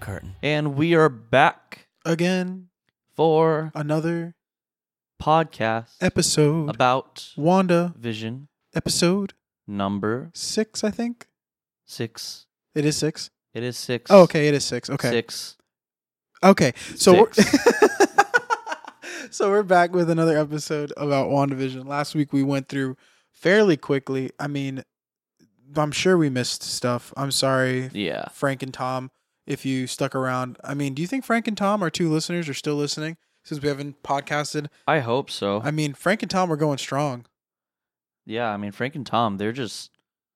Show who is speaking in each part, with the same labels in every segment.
Speaker 1: curtain.
Speaker 2: And we are back
Speaker 3: Again,
Speaker 2: for
Speaker 3: another
Speaker 2: podcast
Speaker 3: episode.
Speaker 2: about
Speaker 3: Wanda,
Speaker 2: vision
Speaker 3: episode
Speaker 2: number
Speaker 3: six, I think.
Speaker 2: six.
Speaker 3: It is six.
Speaker 2: It is six.
Speaker 3: Oh, okay, it is six. Okay.
Speaker 2: Six.
Speaker 3: Okay. So we We're so we're back with another episode about WandaVision. Last week we went through fairly quickly. I mean, I'm sure we missed stuff. I'm sorry,
Speaker 2: Yeah.
Speaker 3: Frank and Tom, if you stuck around. I mean, do you think Frank and Tom, our two listeners, are still listening since we haven't podcasted?
Speaker 2: I hope so.
Speaker 3: I mean, Frank and Tom are going strong.
Speaker 2: yeah. I mean, Frank and Tom, they're just,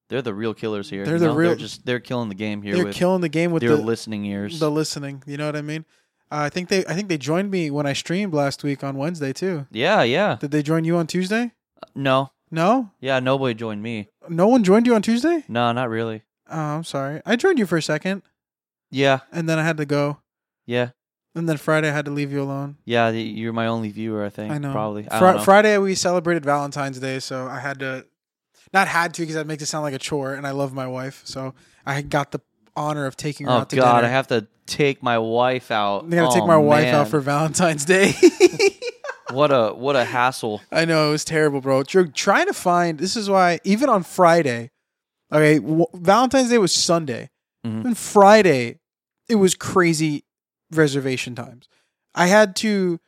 Speaker 2: they're the real killers here.
Speaker 3: They're
Speaker 2: you
Speaker 3: the
Speaker 2: know?
Speaker 3: real-
Speaker 2: They're just, they're killing the game here
Speaker 3: They're
Speaker 2: with
Speaker 3: killing the game with
Speaker 2: their
Speaker 3: the
Speaker 2: listening ears.
Speaker 3: the listening. You know what I mean? Uh, I think they I think they joined me when I streamed last week on Wednesday too.
Speaker 2: yeah. Yeah.
Speaker 3: Did they join you on Tuesday?
Speaker 2: No.
Speaker 3: No,
Speaker 2: Yeah. Nobody joined me.
Speaker 3: no one joined you on Tuesday.
Speaker 2: No, not really.
Speaker 3: Oh, I'm sorry. I joined you for a second,
Speaker 2: Yeah.
Speaker 3: and then I had to go,
Speaker 2: Yeah.
Speaker 3: and then Friday I had to leave you alone.
Speaker 2: Yeah. the- You're my only viewer, I think.
Speaker 3: I know.
Speaker 2: Probably. I
Speaker 3: Fri-
Speaker 2: don't know.
Speaker 3: Friday we celebrated Valentine's Day, so I had to, not had to, because that makes it sound like a chore, and I love my wife, so I got the honor of taking her
Speaker 2: Oh
Speaker 3: out to
Speaker 2: God!
Speaker 3: dinner.
Speaker 2: I have to take my wife out.
Speaker 3: I gotta take
Speaker 2: Oh,
Speaker 3: my wife
Speaker 2: man.
Speaker 3: out for Valentine's Day.
Speaker 2: what a what a hassle.
Speaker 3: I know it was terrible, bro. Drew, trying to find this is why even on Friday, okay, w- Valentine's Day was Sunday,
Speaker 2: Mhm.
Speaker 3: and Friday it was crazy reservation times. I had to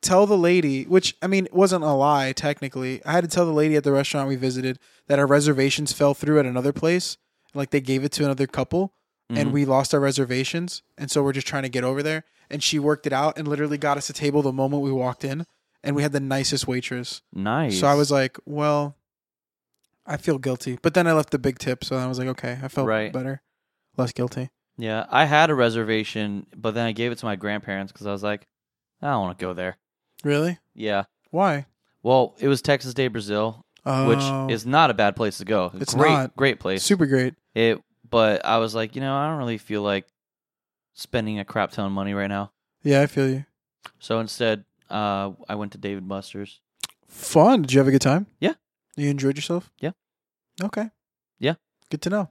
Speaker 3: tell the lady, which I mean it wasn't a lie technically. I had to tell the lady at the restaurant we visited that our reservations fell through at another place, like they gave it to another couple,
Speaker 2: Mm-hmm.
Speaker 3: and we lost our reservations, and so we're just trying to get over there. And she worked it out and literally got us a table the moment we walked in. And we had the nicest waitress.
Speaker 2: Mm-hmm. Nice.
Speaker 3: So I was uh, like, well, I feel guilty. But then I left the big tip, so I was like, okay, I felt
Speaker 2: Right.
Speaker 3: better, less guilty.
Speaker 2: yeah, I had a reservation, but then I gave it to my grandparents because I was like, I don't want to go there.
Speaker 3: Really?
Speaker 2: Yeah.
Speaker 3: Why?
Speaker 2: Well, it was Texas Day Brazil,
Speaker 3: Oh,
Speaker 2: which is not a bad place to go.
Speaker 3: It's
Speaker 2: great,
Speaker 3: not.
Speaker 2: great place.
Speaker 3: super great.
Speaker 2: It, but I was like, you know, I don't really feel like spending a crap ton of money right now.
Speaker 3: Yeah, I feel you.
Speaker 2: So instead, uh, I went to David Buster's.
Speaker 3: Fun. Did you have a good time?
Speaker 2: Yeah.
Speaker 3: You enjoyed yourself?
Speaker 2: Yeah.
Speaker 3: Okay.
Speaker 2: Yeah.
Speaker 3: Good to know.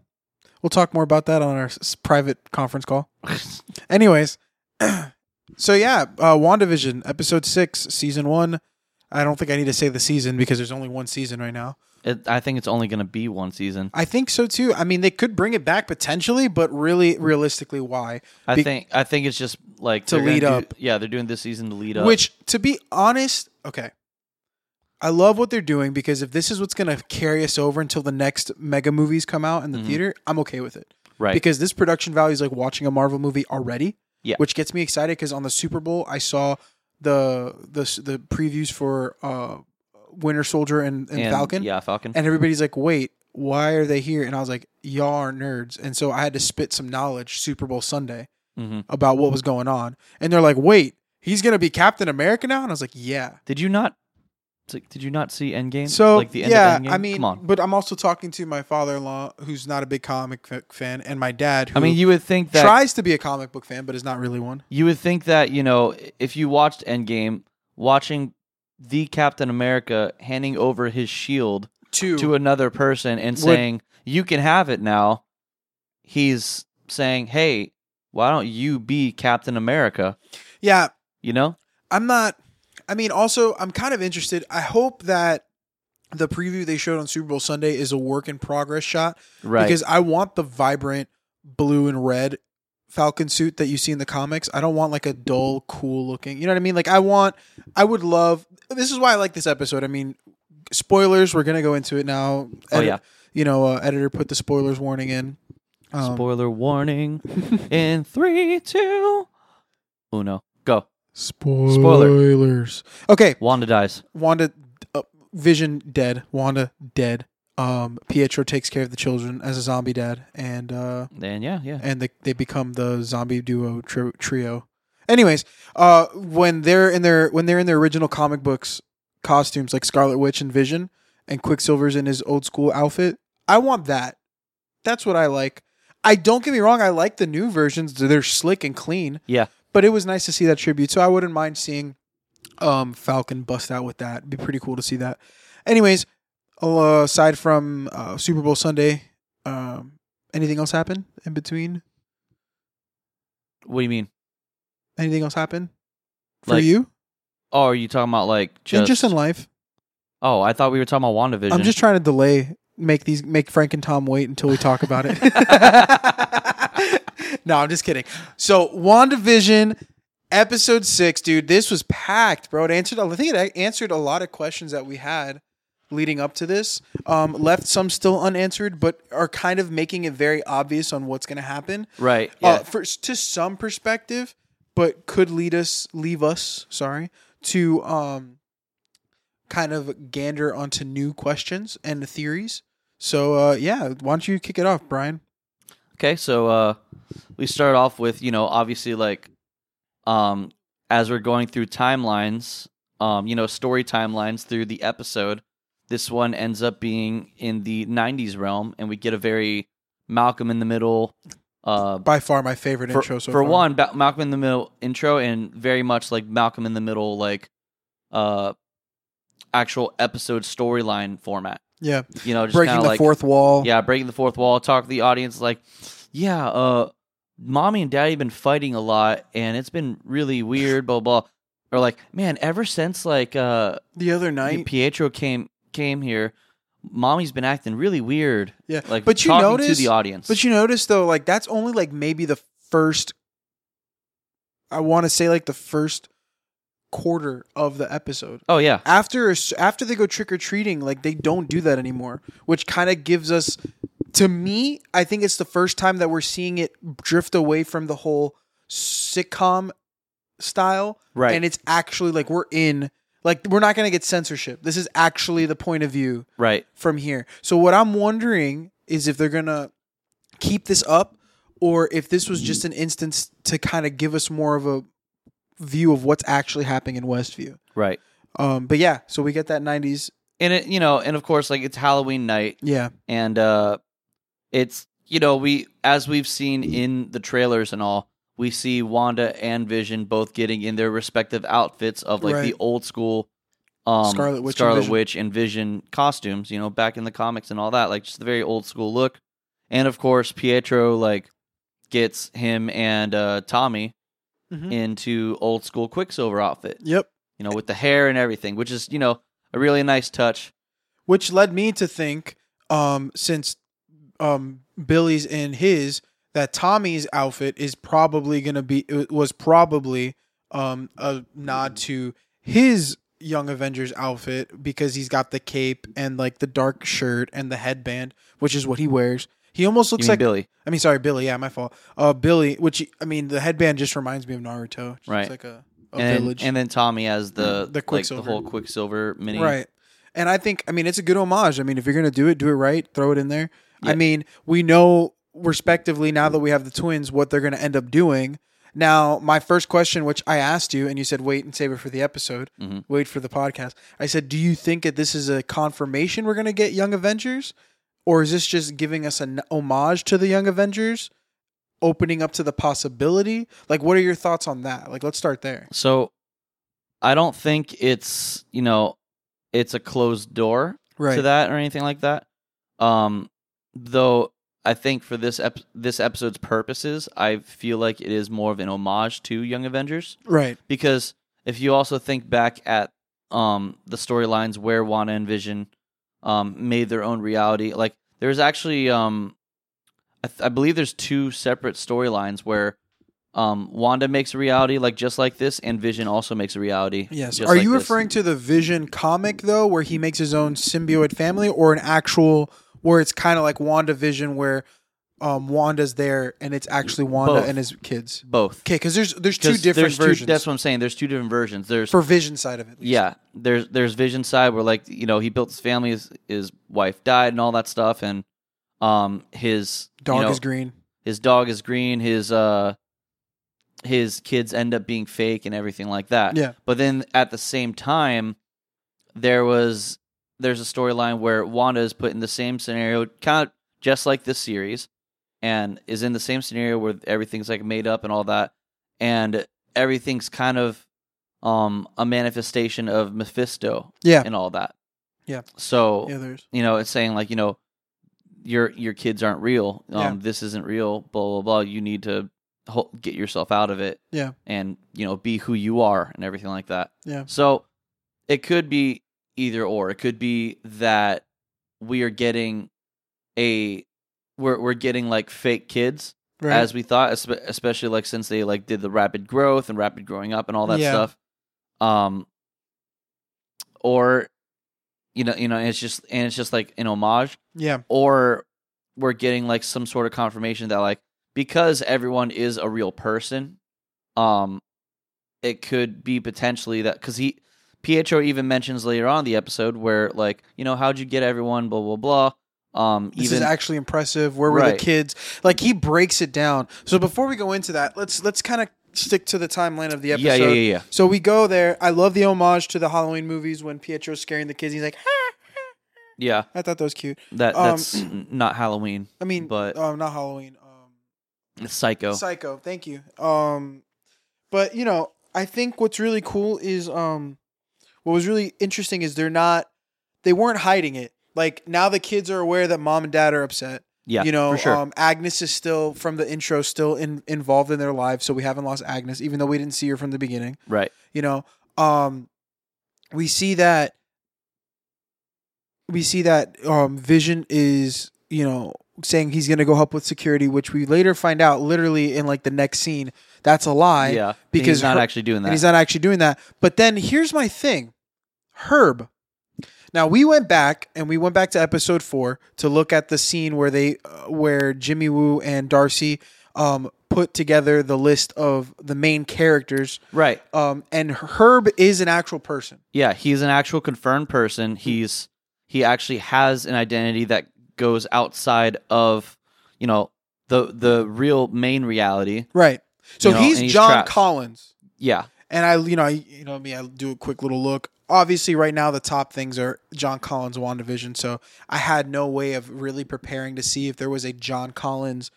Speaker 3: We'll talk more about that on our s- s- private conference call. Anyways, so yeah, uh, WandaVision, episode six, season one. I don't think I need to say the season because there's only one season right now.
Speaker 2: It, I think it's only going to be one season.
Speaker 3: I think so too. I mean, they could bring it back potentially, but really, realistically, why?
Speaker 2: I
Speaker 3: Be-
Speaker 2: think I think it's just like
Speaker 3: To
Speaker 2: they're gonna
Speaker 3: lead
Speaker 2: do-
Speaker 3: up.
Speaker 2: yeah, they're doing this season to lead up.
Speaker 3: Which, to be honest, okay, I love what they're doing because if this is what's going to carry us over until the next mega movies come out in the
Speaker 2: Mhm.
Speaker 3: theater, I'm okay with it
Speaker 2: right?
Speaker 3: because this production value is like watching a Marvel movie already.
Speaker 2: Yeah.
Speaker 3: which gets me excited because on the Super Bowl I saw the the the previews for uh, Winter Soldier and, and, Falcon,
Speaker 2: yeah, Falcon.
Speaker 3: and everybody's like, wait. Why are they here? And I was like, y'all are nerds. And so I had to spit some knowledge Super Bowl Sunday
Speaker 2: hmm
Speaker 3: about what was going on. And they're like, wait, he's going to be Captain America now? And I was like, yeah.
Speaker 2: Did you not? it's like, Did you not see Endgame?
Speaker 3: So,
Speaker 2: like the end
Speaker 3: yeah,
Speaker 2: of Endgame?
Speaker 3: I mean,
Speaker 2: come on.
Speaker 3: but I'm also talking to my father in law, who's not a big comic f- fan, and my dad, who
Speaker 2: I mean, you would think that
Speaker 3: tries to be a comic book fan, but is not really one.
Speaker 2: you would think that you know if you watched Endgame, watching the Captain America handing over his shield
Speaker 3: Two,
Speaker 2: to another person and
Speaker 3: Would-
Speaker 2: saying you can have it now. He's saying, "Hey, why don't you be Captain America?"
Speaker 3: yeah,
Speaker 2: You know,
Speaker 3: I'm not. I mean, also, I'm kind of interested. I hope that the preview they showed on Super Bowl Sunday is a work in progress shot
Speaker 2: right?
Speaker 3: because I want the vibrant blue and red Falcon suit that you see in the comics. I don't want like a dull, cool looking. You know what I mean? Like I want. I would love. This is why I like this episode. I mean, spoilers. We're gonna go into it now.
Speaker 2: Oh, yeah.
Speaker 3: You know, uh, editor put the spoilers warning in. Um,
Speaker 2: Spoiler warning in three, two, uno, go.
Speaker 3: spoilers. Okay,
Speaker 2: Wanda dies.
Speaker 3: Wanda, uh, Vision dead. Wanda dead. Um, Pietro takes care of the children as a zombie dad, and uh,
Speaker 2: And yeah, yeah.
Speaker 3: and they, they become the zombie duo tri- trio. Anyways, uh, when they're in their when they're in their original comic books costumes like Scarlet Witch and Vision, and Quicksilver's in his old school outfit, I want that. That's what I like. I don't get me wrong. I like the new versions. They're slick and clean.
Speaker 2: Yeah.
Speaker 3: But it was nice to see that tribute. So I wouldn't mind seeing um, Falcon bust out with that. It'd be pretty cool to see that. Anyways, al- aside from uh, Super Bowl Sunday, um, anything else happen in between?
Speaker 2: What do you mean?
Speaker 3: Anything else happen for
Speaker 2: Like,
Speaker 3: you?
Speaker 2: Oh, are you talking about like just?
Speaker 3: and just in life.
Speaker 2: oh, I thought we were talking about Wandavision.
Speaker 3: I'm just trying to delay make these make Frank and Tom wait until we talk about it. no, I'm just kidding. So WandaVision episode 6, dude, this was packed, bro. It answered I think it answered a lot of questions that we had leading up to this. Um, left some still unanswered, but are kind of making it very obvious on what's going to happen.
Speaker 2: right. Yeah.
Speaker 3: Uh, for, to some perspective, but could lead us, leave us, sorry, to um, kind of gander onto new questions and theories. So uh, yeah, why don't you kick it off, Brian?
Speaker 2: Okay, so uh, we start off with you know obviously like um, as we're going through timelines, um, you know story timelines through the episode. This one ends up being in the '90s realm, and we get a very Malcolm in the Middle. Uh,
Speaker 3: By far my favorite
Speaker 2: for
Speaker 3: intro so
Speaker 2: for
Speaker 3: far.
Speaker 2: one, ba- Malcolm in the Middle intro, and very much like Malcolm in the Middle, like uh, actual episode storyline format.
Speaker 3: yeah,
Speaker 2: You know, just
Speaker 3: breaking
Speaker 2: kinda
Speaker 3: the
Speaker 2: like,
Speaker 3: fourth wall.
Speaker 2: yeah, breaking the fourth wall, talk to the audience like, yeah, uh, mommy and daddy been fighting a lot and it's been really weird, blah blah. Or like, man, ever since like uh
Speaker 3: the other night.
Speaker 2: Pietro came came here, mommy's been acting really weird.
Speaker 3: Yeah,
Speaker 2: Like
Speaker 3: but you
Speaker 2: talking to
Speaker 3: notice,
Speaker 2: the audience.
Speaker 3: but you notice though, like that's only like maybe the first. I want to say like the first quarter of the episode.
Speaker 2: Oh yeah.
Speaker 3: after a s- after they go trick or treating, like they don't do that anymore, which kind of gives us. To me, I think it's the first time that we're seeing it drift away from the whole sitcom style,
Speaker 2: Right.
Speaker 3: and it's actually like we're in, like we're not gonna get censorship. This is actually the point of view
Speaker 2: right.
Speaker 3: from here. So what I'm wondering is if they're gonna keep this up, or if this was just an instance to kind of give us more of a view of what's actually happening in Westview.
Speaker 2: Right.
Speaker 3: Um, but yeah, so we get that '90s.
Speaker 2: And it you know, and of course like it's Halloween night
Speaker 3: Yeah,
Speaker 2: and uh it's you know, we as we've seen in the trailers and all we see Wanda and Vision both getting in their respective outfits of like the
Speaker 3: Right.
Speaker 2: old school um,
Speaker 3: Scarlet Witch and
Speaker 2: Scarlet
Speaker 3: Vision.
Speaker 2: Witch and Vision costumes, you know, back in the comics and all that, like just the very old school look. And of course, Pietro like gets him and uh, Tommy
Speaker 3: Mhm.
Speaker 2: into old school Quicksilver outfit,
Speaker 3: yep.
Speaker 2: you know, with the hair and everything, which is you know a really nice touch.
Speaker 3: Which led me to think, um, since um, Billy's in his, that Tommy's outfit is probably gonna be uh, was probably um, a nod to his Young Avengers outfit because he's got the cape and like the dark shirt and the headband, which is what he wears. He almost
Speaker 2: You
Speaker 3: looks
Speaker 2: mean
Speaker 3: like
Speaker 2: Billy,
Speaker 3: I mean, sorry, Billy. Yeah, my fault. Uh, Billy. Which I mean, the headband just reminds me of Naruto. It's
Speaker 2: Right.
Speaker 3: like a, a
Speaker 2: and then,
Speaker 3: village.
Speaker 2: and then Tommy as the
Speaker 3: The
Speaker 2: like the
Speaker 3: Quicksilver.
Speaker 2: whole Quicksilver mini,
Speaker 3: Mm. Right. And I think I mean it's a good homage. I mean, if you're gonna do it, do it right. Throw it in there.
Speaker 2: Yeah.
Speaker 3: I mean, we know respectively now that we have the twins what they're gonna end up doing. Now, my first question, which I asked you, and you said wait and save it for the episode,
Speaker 2: Mhm.
Speaker 3: wait for the podcast. I said, do you think that this is a confirmation we're gonna get Young Avengers, or is this just giving us an homage to the Young Avengers, opening up to the possibility? Like, what are your thoughts on that? Like, let's start there.
Speaker 2: So I don't think it's, you know, it's a closed door
Speaker 3: Right.
Speaker 2: to that or anything like that. Um though I think for this ep- this episode's purposes, I feel like it is more of an homage to Young Avengers
Speaker 3: Right.
Speaker 2: because if you also think back at um the storylines where Wanda and Vision um made their own reality, like there's actually um I, th- I believe there's two separate storylines where um Wanda makes a reality like just like this, and Vision also makes a reality.
Speaker 3: Yes.
Speaker 2: just
Speaker 3: Are
Speaker 2: like
Speaker 3: you
Speaker 2: this.
Speaker 3: referring to the Vision comic though, where he makes his own symbiote family, or an actual where it's kind of like WandaVision, where um, Wanda's there and it's actually Wanda
Speaker 2: Both.
Speaker 3: and his kids?
Speaker 2: both?
Speaker 3: Okay, because there's there's
Speaker 2: 'Cause
Speaker 3: two different
Speaker 2: there's two-
Speaker 3: versions
Speaker 2: that's what I'm saying. There's two different versions. There's
Speaker 3: for Vision side of it.
Speaker 2: yeah. There's there's Vision side where like you know he built his family, his, his wife died, and all that stuff, and um his you
Speaker 3: Dog
Speaker 2: know,
Speaker 3: is green.
Speaker 2: his dog is green his uh his kids end up being fake and everything like that
Speaker 3: Yeah.
Speaker 2: but then at the same time there was there's a storyline where wanda is put in the same scenario kind of just like this series and is in the same scenario where everything's like made up and all that and everything's kind of um a manifestation of mephisto
Speaker 3: Yeah.
Speaker 2: and all that
Speaker 3: Yeah.
Speaker 2: so
Speaker 3: Yeah. There's
Speaker 2: you know, it's saying like, you know, your your kids aren't real. Um,
Speaker 3: Yeah.
Speaker 2: this isn't real. Blah blah blah. You need to ho- get yourself out of it.
Speaker 3: Yeah.
Speaker 2: And, you know, be who you are and everything like that.
Speaker 3: Yeah.
Speaker 2: So it could be either or. It could be that we are getting a we're we're getting like fake kids
Speaker 3: Right.
Speaker 2: as we thought, espe- especially like since they like did the rapid growth and rapid growing up and all that
Speaker 3: Yeah.
Speaker 2: stuff. Um or you know, you know, it's just and it's just like an homage
Speaker 3: yeah.
Speaker 2: or we're getting like some sort of confirmation that like because everyone is a real person um it could be potentially that cuz he Pietro even mentions later on in the episode where like you know how'd you get everyone blah blah blah um
Speaker 3: This
Speaker 2: even
Speaker 3: is actually impressive. Where were
Speaker 2: Right.
Speaker 3: the kids? Like he breaks it down. So before we go into that, let's let's kind of stick to the timeline of the episode.
Speaker 2: yeah yeah yeah yeah
Speaker 3: So we go there. I love the homage to the Halloween movies when Pietro's scaring the kids. He's like, "Ah,
Speaker 2: yeah
Speaker 3: I thought that was cute.
Speaker 2: that
Speaker 3: Um,
Speaker 2: that's n- not Halloween
Speaker 3: I mean,
Speaker 2: But-
Speaker 3: um, not Halloween. Um,
Speaker 2: it's Psycho
Speaker 3: Psycho. Thank you. Um, but you know, I think what's really cool is um, what was really interesting is they're not, they weren't hiding it. Like now the kids are aware that mom and dad are upset.
Speaker 2: yeah
Speaker 3: you know,
Speaker 2: for sure
Speaker 3: um, Agnes is still from the intro still in, involved in their lives, so we haven't lost Agnes, even though we didn't see her from the beginning.
Speaker 2: right
Speaker 3: You know, um, we see that we see that um, Vision is you know saying he's going to go help with security, which we later find out literally in like the next scene that's a lie,
Speaker 2: yeah And
Speaker 3: because
Speaker 2: he's not
Speaker 3: her-
Speaker 2: actually doing
Speaker 3: and he's
Speaker 2: that
Speaker 3: not actually doing that. But then here's my thing, Herb. Now we went back and we went back to episode four to look at the scene where they uh, where Jimmy Woo and Darcy um, put together the list of the main characters
Speaker 2: right
Speaker 3: um, and Herb is an actual person.
Speaker 2: Yeah, he's an actual confirmed person. He's he actually has an identity that goes outside of you know the the real main reality.
Speaker 3: Right. So
Speaker 2: You know,
Speaker 3: he's,
Speaker 2: and he's
Speaker 3: John
Speaker 2: trapped.
Speaker 3: Collins.
Speaker 2: Yeah,
Speaker 3: And I, you know, I, you know me, I do a quick little look. Obviously, right now the top things are John Collins, WandaVision. So I had no way of really preparing to see if there was a John Collins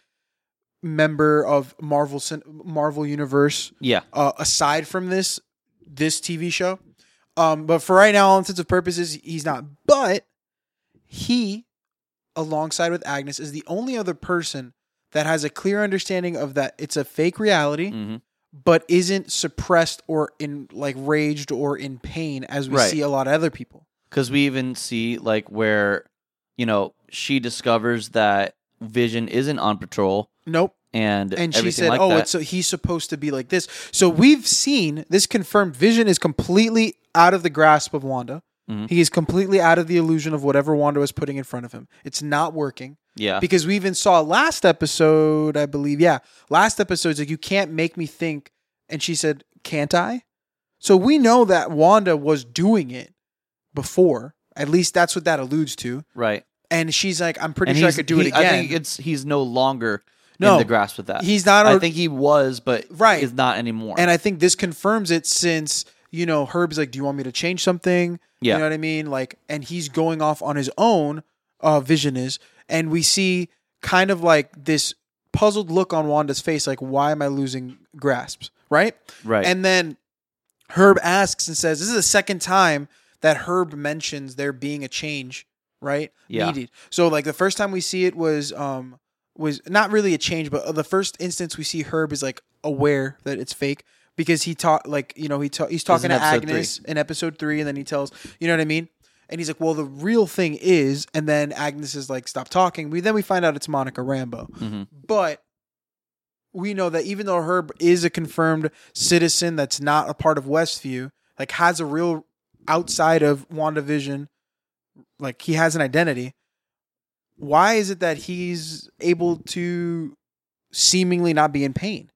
Speaker 3: member of Marvel Cin- Marvel Universe
Speaker 2: yeah,
Speaker 3: uh, aside from this this TV show. Um, but for right now, all intents and purposes, he's not. But he, alongside with Agnes, is the only other person that has a clear understanding of that it's a fake reality,
Speaker 2: hmm
Speaker 3: but isn't suppressed or in like raged or in pain as we
Speaker 2: Right.
Speaker 3: see a lot of other people.
Speaker 2: because we even see like where you know she discovers that Vision isn't on patrol
Speaker 3: Nope.
Speaker 2: and
Speaker 3: and she
Speaker 2: everything
Speaker 3: said,
Speaker 2: like
Speaker 3: "Oh,
Speaker 2: that.
Speaker 3: it's so he's supposed to be like this." So we've seen this confirmed. Vision is completely out of the grasp of Wanda.
Speaker 2: Mhm.
Speaker 3: He is completely out of the illusion of whatever Wanda was putting in front of him. It's not working
Speaker 2: yeah,
Speaker 3: because we even saw last episode, I believe. Yeah, last episode's like you can't make me think, and she said, "Can't I?" So we know that Wanda was doing it before. At least that's what that alludes to.
Speaker 2: right.
Speaker 3: And she's like, "I'm pretty
Speaker 2: And
Speaker 3: sure I
Speaker 2: he's-
Speaker 3: could do it
Speaker 2: he-
Speaker 3: again."
Speaker 2: I think it's he's no longer
Speaker 3: No.
Speaker 2: in the grasp of that.
Speaker 3: he's not.
Speaker 2: I
Speaker 3: a-
Speaker 2: think he was, but
Speaker 3: Right.
Speaker 2: is not anymore.
Speaker 3: And I think this confirms it since, you know, Herb's like, Do you want me to change something?
Speaker 2: Yeah.
Speaker 3: You know what I mean? Like, and he's going off on his own, uh, vision is. And we see kind of like this puzzled look on Wanda's face, like, why am I losing grasps? Right?
Speaker 2: right.
Speaker 3: And then Herb asks and says, This is the second time that Herb mentions there being a change, right?
Speaker 2: Yeah.
Speaker 3: Needed. So like the first time we see it was um was not really a change, but the first instance we see Herb is like aware that it's fake because he taught like, you know, he ta- he's talking
Speaker 2: in
Speaker 3: to
Speaker 2: episode
Speaker 3: Agnes in episode three and then he tells you know what I mean? And he's like, Well, the real thing is and then Agnes is like, Stop talking. We then we find out it's Monica Rambo
Speaker 2: hmm
Speaker 3: but we know that even though Herb is a confirmed citizen that's not a part of Westview, like has a real outside of WandaVision, like he has an identity. Why is it that he's able to seemingly not be in pain?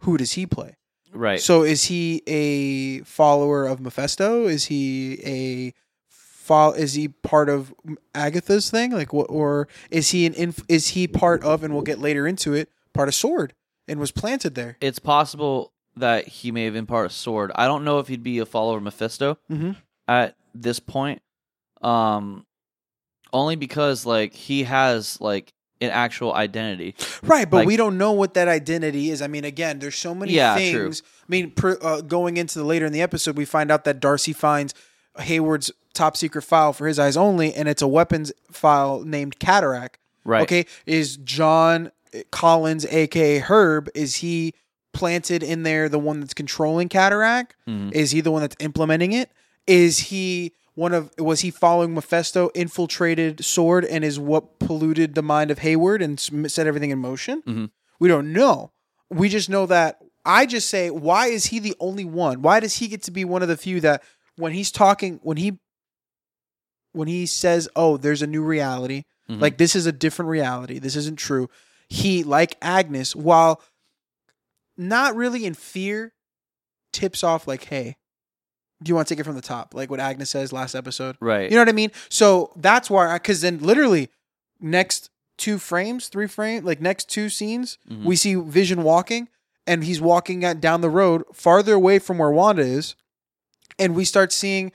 Speaker 3: Who does he play?
Speaker 2: Right.
Speaker 3: So is he a follower of Mephisto? Is he a fo- is he part of Agatha's thing? Like what or is he an inf- is he part of and we'll get later into it, part of Sword and was planted there.
Speaker 2: it's possible that he may have been part of Sword. I don't know if he'd be a follower of Mephisto
Speaker 3: Mhm.
Speaker 2: at this point. Um, only because like he has like an actual identity.
Speaker 3: Right, but
Speaker 2: Like-
Speaker 3: we don't know what that identity is. I mean, again, there's so many
Speaker 2: Yeah,
Speaker 3: things.
Speaker 2: true.
Speaker 3: I mean, pr uh, going into the later in the episode, we find out that Darcy finds Hayward's top secret file for his eyes only and it's a weapons file named Cataract.
Speaker 2: Right.
Speaker 3: Okay, is John eh, Collins, aka Herb, is he planted in there the one that's controlling cataract?
Speaker 2: Mhm.
Speaker 3: Is he the one that's implementing it? Is he one of was he following Mephisto, infiltrated Sword, and is what polluted the mind of Hayward and s- set everything in motion?
Speaker 2: Mhm.
Speaker 3: We don't know. We just know that I just say, why is he the only one? Why does he get to be one of the few that when he's talking, when he when he says, "Oh, there's a new reality,"
Speaker 2: Mhm.
Speaker 3: like this is a different reality. This isn't true. He, like Agnes, while not really in fear, tips off like, "Hey, do you want to take it from the top?" Like what Agnes says last episode.
Speaker 2: right.
Speaker 3: You know what I mean? So that's why, because then literally next two frames, three frame, like next two scenes,
Speaker 2: Mhm.
Speaker 3: we see Vision walking, and he's walking at, down the road farther away from where Wanda is, and we start seeing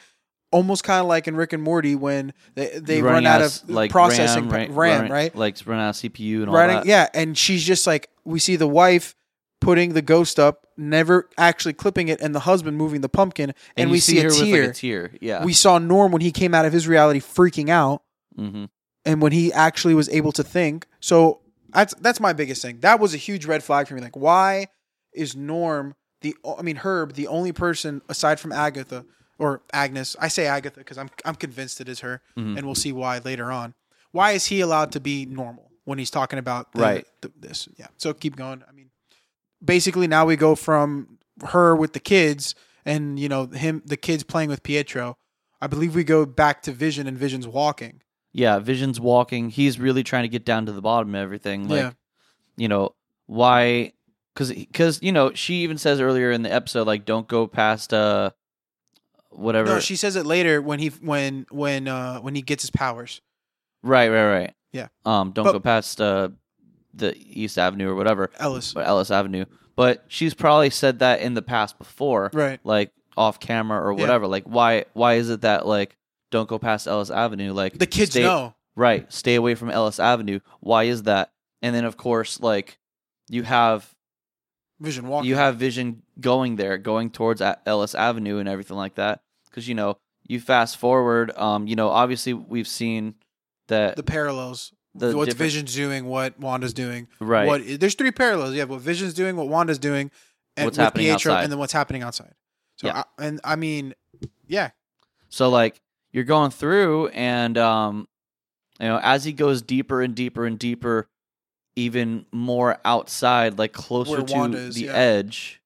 Speaker 3: almost kind of like in Rick and Morty when they, they run
Speaker 2: Running
Speaker 3: out
Speaker 2: s-
Speaker 3: of processing
Speaker 2: RAM,
Speaker 3: pa- RAM,
Speaker 2: running-
Speaker 3: right?
Speaker 2: Like run out of CPU and all
Speaker 3: Right?
Speaker 2: that.
Speaker 3: Yeah, and she's just like we see the wife putting the ghost up, never actually clipping it, and the husband moving the pumpkin, and,
Speaker 2: you
Speaker 3: we see, a
Speaker 2: her with
Speaker 3: tear.
Speaker 2: like a tear. Yeah.
Speaker 3: We saw Norm when he came out of his reality freaking out
Speaker 2: hmm
Speaker 3: and when he actually was able to think. So that's that's my biggest thing. That was a huge red flag for me. Like, why is Norm the? I mean, Herb the only person aside from Agatha or Agnes. I say Agatha because I'm I'm convinced it is her,
Speaker 2: Mhm.
Speaker 3: and we'll see why later on. Why is he allowed to be normal when he's talking about the-
Speaker 2: Right.
Speaker 3: the- this? Yeah. So keep going. I mean, basically now we go from her with the kids and you know him the kids playing with Pietro. I believe we go back to Vision and Vision's walking.
Speaker 2: Yeah. Vision's walking. He's really trying to get down to the bottom of everything. Like,
Speaker 3: yeah.
Speaker 2: you know, why? Because, because you know, she even says earlier in the episode, like, don't go past uh, whatever.
Speaker 3: No, she says it later when he when when uh when he gets his powers.
Speaker 2: right, right, right.
Speaker 3: Yeah.
Speaker 2: Um, don't
Speaker 3: But-
Speaker 2: go past uh, the East Avenue or whatever,
Speaker 3: Ellis.
Speaker 2: or Ellis Avenue. But she's probably said that in the past before.
Speaker 3: Right.
Speaker 2: like off camera or
Speaker 3: Yeah.
Speaker 2: whatever. Like why why is it that like don't go past Ellis Avenue? Like
Speaker 3: The kids
Speaker 2: stay,
Speaker 3: know.
Speaker 2: right? Stay away from Ellis Avenue. Why is that? And then of course like you have
Speaker 3: Vision walking.
Speaker 2: you have Vision going there, going towards A- Ellis Avenue and everything like that. Because you know you fast forward. Um, you know obviously we've seen that
Speaker 3: the parallels.
Speaker 2: the
Speaker 3: what
Speaker 2: different-
Speaker 3: Vision's doing, what Wanda's doing.
Speaker 2: right
Speaker 3: What there's three parallels. You have what Vision's doing, what Wanda's doing, and
Speaker 2: What's
Speaker 3: with
Speaker 2: happening
Speaker 3: Pietro,
Speaker 2: outside.
Speaker 3: and then what's happening outside. So
Speaker 2: Yeah.
Speaker 3: I, and I mean, yeah,
Speaker 2: So like you're going through and um you know as he goes deeper and deeper and deeper even more outside like closer
Speaker 3: Where
Speaker 2: to
Speaker 3: Wanda is,
Speaker 2: the
Speaker 3: yeah.
Speaker 2: edge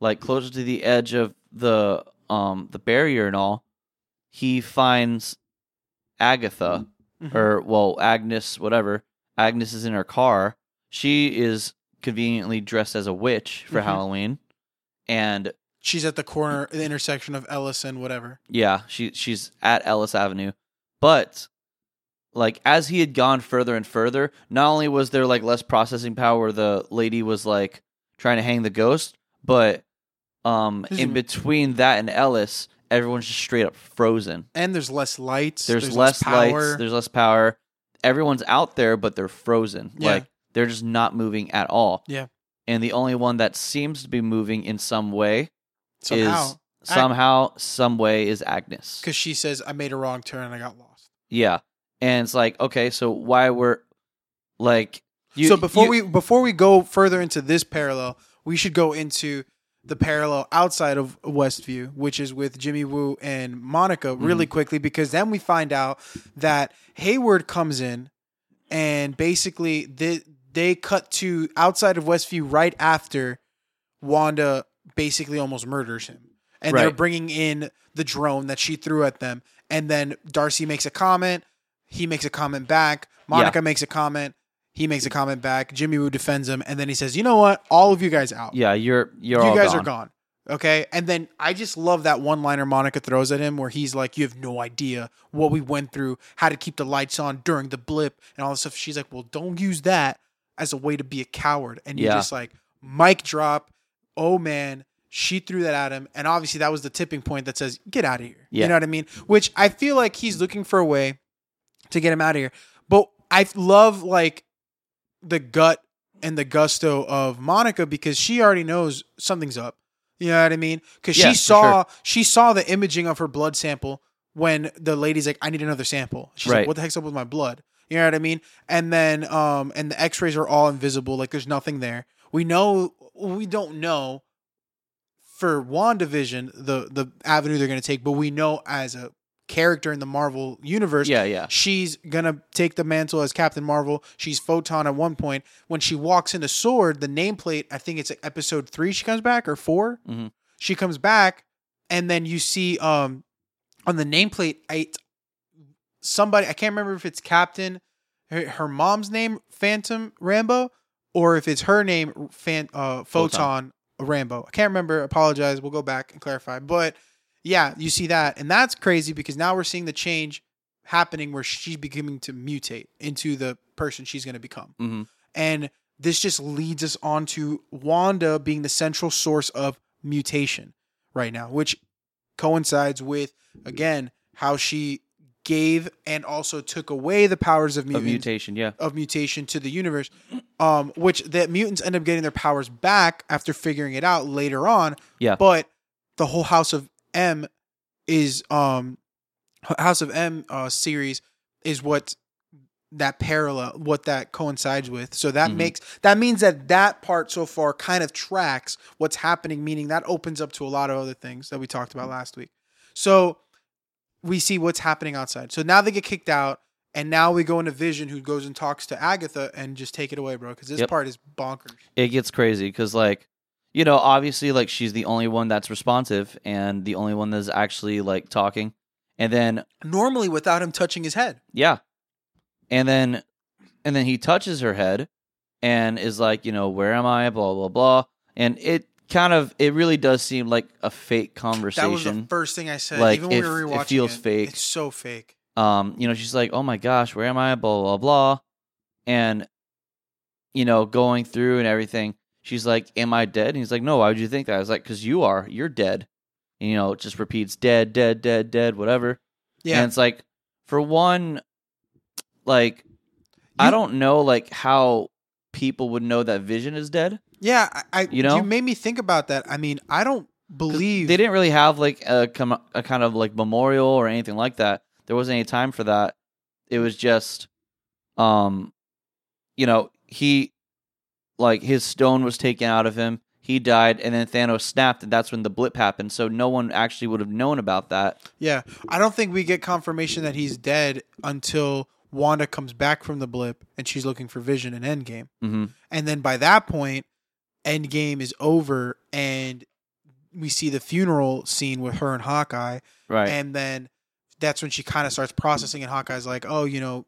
Speaker 2: like closer to the edge of the um the barrier and all he finds Agatha
Speaker 3: Mhm.
Speaker 2: or well Agnes whatever Agnes is in her car she is conveniently dressed as a witch for
Speaker 3: Mhm.
Speaker 2: Halloween and
Speaker 3: she's at the corner, the intersection of Ellis and whatever.
Speaker 2: yeah, she she's at Ellis Avenue. But like as he had gone further and further, not only was there like less processing power where the lady was like trying to hang the ghost, but um
Speaker 3: This is-
Speaker 2: in between that and Ellis, everyone's just straight up frozen.
Speaker 3: And there's less lights.
Speaker 2: There's, less, lights, there's less power. Everyone's out there but they're frozen.
Speaker 3: Yeah.
Speaker 2: Like they're just not moving at all.
Speaker 3: Yeah.
Speaker 2: And the only one that seems to be moving in some way
Speaker 3: somehow
Speaker 2: is somehow some way is Agnes.
Speaker 3: because she says I made a wrong turn and I got lost.
Speaker 2: Yeah. And it's like, okay, so why were like you
Speaker 3: so before
Speaker 2: you-
Speaker 3: we before we go further into this parallel, we should go into the parallel outside of Westview, which is with Jimmy Woo and Monica,
Speaker 2: Mm-hmm.
Speaker 3: really quickly, because then we find out that Hayward comes in, and basically they they cut to outside of Westview right after Wanda basically almost murders him, and they're
Speaker 2: Right.
Speaker 3: bringing in the drone that she threw at them, and then Darcy makes a comment, he makes a comment back, Monica makes a comment, he makes a comment back. Jimmy Woo defends him, and then he says, "You know what? All of you guys out.
Speaker 2: Yeah, you're
Speaker 3: you
Speaker 2: you're all
Speaker 3: guys
Speaker 2: gone.
Speaker 3: are gone." Okay, and then I just love that one liner Monica throws at him, where he's like, "You have no idea what we went through, how to keep the lights on during the blip, and all this stuff." She's like, "Well, don't use that as a way to be a coward." And you're
Speaker 2: Yeah.
Speaker 3: just like, "Mic drop." Oh man, she threw that at him, and obviously that was the tipping point that says, "Get out of here." You
Speaker 2: Yeah.
Speaker 3: know what I mean? Which I feel like he's looking for a way to get him out of here. But I love like the gut and the gusto of Monica because she already knows something's up. You know what I mean? Because
Speaker 2: Yeah,
Speaker 3: she
Speaker 2: for
Speaker 3: saw she saw the imaging of her blood sample when the lady's like, "I need another sample." She's like,
Speaker 2: Right.
Speaker 3: "What the heck's up with my blood?" You know what I mean? And then um and the x-rays are all invisible, like there's nothing there. We know we don't know for WandaVision the the avenue they're going to take, but we know as a character in the Marvel universe
Speaker 2: Yeah, yeah.
Speaker 3: She's gonna take the mantle as Captain Marvel. She's Photon at one point. When she walks into Sword, the nameplate, I think it's like episode three. She comes back or 4
Speaker 2: Mhm.
Speaker 3: She comes back, and then you see um on the nameplate, I somebody I can't remember if it's Captain, her, her mom's name Phantom Rambo, or if it's her name Fan uh, Photon,
Speaker 2: Photon.
Speaker 3: Rambo. I can't remember. Apologize. We'll go back and clarify. But yeah, you see that, and that's crazy because now we're seeing the change happening where she's beginning to mutate into the person she's going to become.
Speaker 2: Mhm.
Speaker 3: And this just leads us on to Wanda being the central source of mutation right now, which coincides with, again, how she gave and also took away the powers of
Speaker 2: A
Speaker 3: mutants
Speaker 2: mutation, yeah.
Speaker 3: of mutation to the universe, um, which the mutants end up getting their powers back after figuring it out later on.
Speaker 2: Yeah.
Speaker 3: But the whole House of M is um H- House of M uh, series is what that parallel what that coincides with. So that
Speaker 2: Mhm.
Speaker 3: makes that means that that part so far kind of tracks what's happening, meaning that opens up to a lot of other things that we talked about last week. So we see what's happening outside. So now they get kicked out, and now we go into Vision, who goes and talks to Agatha, and just take it away, bro, because this
Speaker 2: Yep.
Speaker 3: part is bonkers.
Speaker 2: It gets crazy because, like, you know, obviously, like, she's the only one that's responsive and the only one that's actually, like, talking. And then,
Speaker 3: Normally, without him touching his head,
Speaker 2: yeah. And then, and then he touches her head and is like, you know, where am I? Blah, blah, blah. And it kind of, it really does seem like a fake
Speaker 3: that was
Speaker 2: conversation.
Speaker 3: the first thing I said.
Speaker 2: Like,
Speaker 3: Even when
Speaker 2: it-
Speaker 3: we were
Speaker 2: it
Speaker 3: rewatching,
Speaker 2: feels fake.
Speaker 3: It's so fake.
Speaker 2: um, you know, she's like, "Oh my gosh, where am I?" Blah blah blah, and you know, going through and everything. She's like, "Am I dead?" And he's like, "No, why would you think that?" I was like, "Cause you are. You're dead." And, you know, it just repeats, "Dead, dead, dead, dead," whatever.
Speaker 3: Yeah,
Speaker 2: And it's like, for one, like, I
Speaker 3: You-
Speaker 2: don't know, like how people would know that Vision is dead.
Speaker 3: yeah. I, I
Speaker 2: You know?
Speaker 3: you made me think about that. I mean, I don't
Speaker 2: 'Cause
Speaker 3: believe
Speaker 2: they didn't really have like a com- a kind of like memorial or anything like that. There wasn't any time for that. It was just, um, you know, he like his stone was taken out of him. He died, and then Thanos snapped, and that's when the blip happened. So no one actually would have known about that.
Speaker 3: Yeah, I don't think we get confirmation that he's dead until Wanda comes back from the blip and she's looking for Vision in Endgame.
Speaker 2: hmm
Speaker 3: And then by that point, Endgame is over and we see the funeral scene with her and Hawkeye.
Speaker 2: Right.
Speaker 3: And then that's when she kind of starts processing, and Hawkeye's like, oh, you know,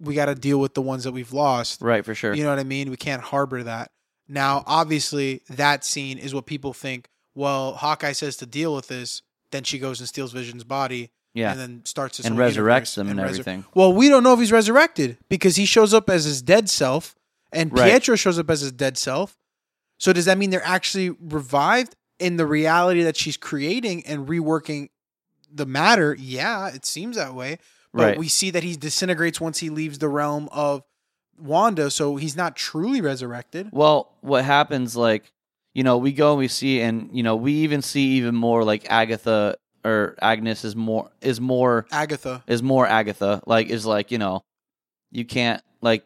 Speaker 3: we got to deal with the ones that we've lost.
Speaker 2: right. For sure.
Speaker 3: You know what I mean? We can't harbor that. Now, obviously, that scene is what people think. Well, Hawkeye says to deal with this, then she goes and steals Vision's body,
Speaker 2: yeah.
Speaker 3: and
Speaker 2: And,
Speaker 3: then starts his whole universe
Speaker 2: resurrects them and,
Speaker 3: resur-
Speaker 2: everything.
Speaker 3: well, we don't know if he's resurrected because he shows up as his dead self, and
Speaker 2: Right.
Speaker 3: Pietro shows up as his dead self. So does that mean they're actually revived in the reality that she's creating and reworking the matter? Yeah, it seems that way. But
Speaker 2: Right.
Speaker 3: we see that he disintegrates once he leaves the realm of Wanda, so he's not truly resurrected.
Speaker 2: Well, what happens, like, you know, we go and we see, and you know, we even see even more like Agatha or Agnes is more is more
Speaker 3: Agatha.
Speaker 2: is more Agatha. Like, is like, you know, you can't like.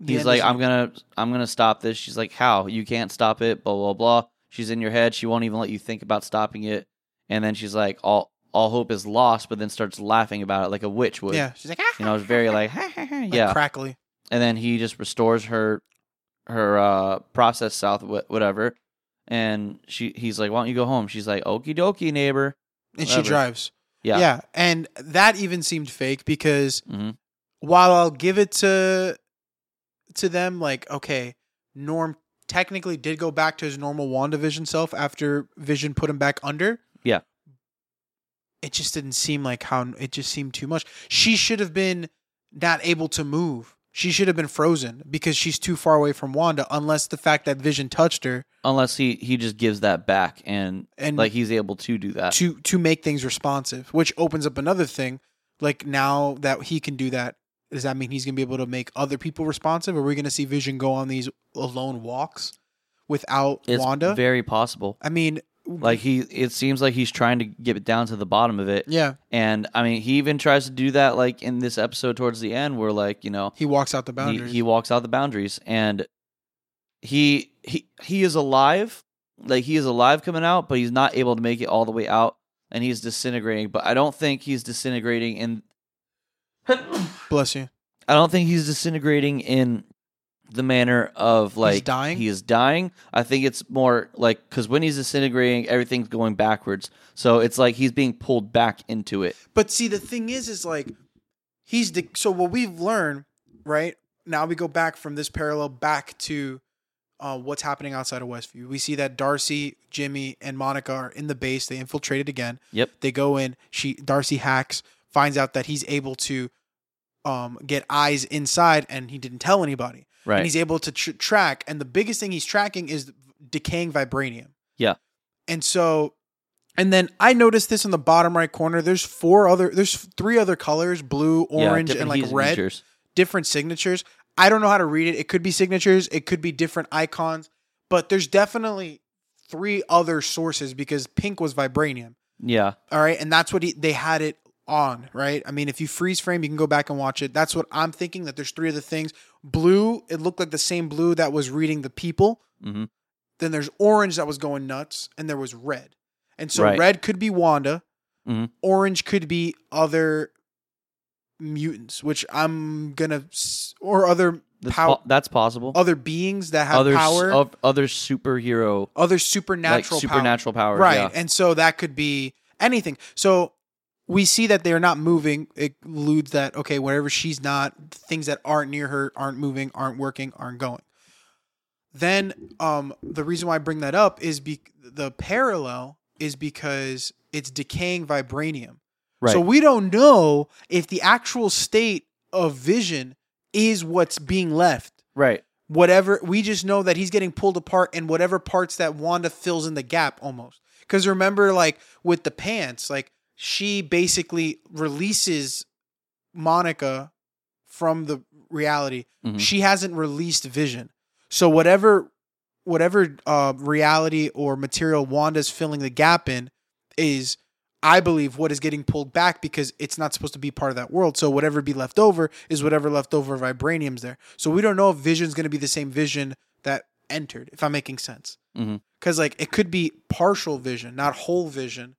Speaker 3: the
Speaker 2: He's like,
Speaker 3: Anderson-
Speaker 2: I'm gonna, I'm gonna stop this. She's like, how? You can't stop it. Blah blah blah. She's in your head. She won't even let you think about stopping it. And then she's like, all, all hope is lost. But then starts laughing about it like a witch would.
Speaker 3: Yeah, she's like, ah,
Speaker 2: You know, it's very like,
Speaker 3: like
Speaker 2: yeah
Speaker 3: crackly.
Speaker 2: and then he just restores her her uh process south wh- whatever and she he's like why don't you go home she's like okie dokie neighbor
Speaker 3: And she
Speaker 2: Whatever.
Speaker 3: drives.
Speaker 2: yeah
Speaker 3: yeah. And that even seemed fake because
Speaker 2: hmm
Speaker 3: while I'll give it to to them, like okay, Norm technically did go back to his normal WandaVision self after Vision put him back under.
Speaker 2: Yeah.
Speaker 3: It just didn't seem like how it just seemed too much. She should have been not able to move. She should have been frozen because she's too far away from Wanda, unless the fact that Vision touched her
Speaker 2: unless he he just gives that back and
Speaker 3: and
Speaker 2: like he's able to do that
Speaker 3: Mm. to to make things responsive, which opens up another thing. Like now that he can do that, does that mean he's gonna be able to make other people responsive? Are we gonna see Vision go on these alone walks without
Speaker 2: it's
Speaker 3: Wanda?
Speaker 2: very possible
Speaker 3: I mean,
Speaker 2: Like he, it seems like he's trying to get down to the bottom of it.
Speaker 3: yeah,
Speaker 2: And I mean, he even tries to do that like in this episode towards the end, where like you know
Speaker 3: he walks out the boundaries.
Speaker 2: he, he walks out the boundaries and he he he is alive. Like he is alive coming out, but he's not able to make it all the way out and he's disintegrating. But I don't think he's disintegrating in
Speaker 3: Bless you.
Speaker 2: I don't think he's disintegrating in the manner of like
Speaker 3: dying?
Speaker 2: He is dying. I think it's more like because when he's disintegrating, everything's going backwards. So it's like he's being pulled back into it.
Speaker 3: But see, the thing is, is like he's the so what we've learned right now. We go back from this parallel back to uh, what's happening outside of Westview. We see that Darcy, Jimmy, and Monica are in the base. They infiltrated again.
Speaker 2: Yep.
Speaker 3: They go in. She Darcy hacks, finds out that he's able to um, get eyes inside, and he didn't tell anybody. And
Speaker 2: Right.
Speaker 3: he's able to tr- track, and the biggest thing he's tracking is decaying vibranium.
Speaker 2: Yeah.
Speaker 3: And so, and then I noticed this in the bottom right corner. There's four other. There's three other colors: blue,
Speaker 2: Yeah,
Speaker 3: orange, and
Speaker 2: different
Speaker 3: like
Speaker 2: hues
Speaker 3: red.
Speaker 2: features.
Speaker 3: Different signatures. I don't know how to read it. It could be signatures. It could be different icons. But there's definitely three other sources because pink was vibranium.
Speaker 2: Yeah.
Speaker 3: All right. And that's what he, they had it on, right? I mean, if you freeze frame, you can go back and watch it. That's what I'm thinking that there's three other things. Blue, it looked like the same blue that was reading the people.
Speaker 2: Mhm.
Speaker 3: Then there's orange that was going nuts, and there was red. And so
Speaker 2: Right.
Speaker 3: red could be Wanda,
Speaker 2: Mhm.
Speaker 3: orange could be other mutants, which I'm going to, or other
Speaker 2: That's,
Speaker 3: pow-
Speaker 2: po- that's possible.
Speaker 3: other beings that have
Speaker 2: other s-
Speaker 3: power,
Speaker 2: of- other superhero
Speaker 3: other supernatural
Speaker 2: like
Speaker 3: power.
Speaker 2: supernatural power.
Speaker 3: Right.
Speaker 2: Yeah.
Speaker 3: And so that could be anything. So we see that they're not moving. It alludes that, okay, wherever she's not, things that aren't near her aren't moving, aren't working, aren't going. Then um, the reason why I bring that up is be- the parallel is because it's decaying vibranium.
Speaker 2: right.
Speaker 3: So we don't know if the actual state of vision is what's being left
Speaker 2: right.
Speaker 3: whatever we just know that he's getting pulled apart and whatever parts that Wanda fills in the gap almost. Cuz remember like with the pants, like she basically releases Monica from the reality.
Speaker 2: Mhm.
Speaker 3: She hasn't released Vision. So whatever whatever uh reality or material Wanda's filling the gap in is I believe what is getting pulled back because it's not supposed to be part of that world. So whatever be left over is whatever left over vibranium's there. So we don't know if Vision's going to be the same Vision that entered. If I'm making sense,
Speaker 2: Mhm.
Speaker 3: because like it could be partial Vision, not whole Vision,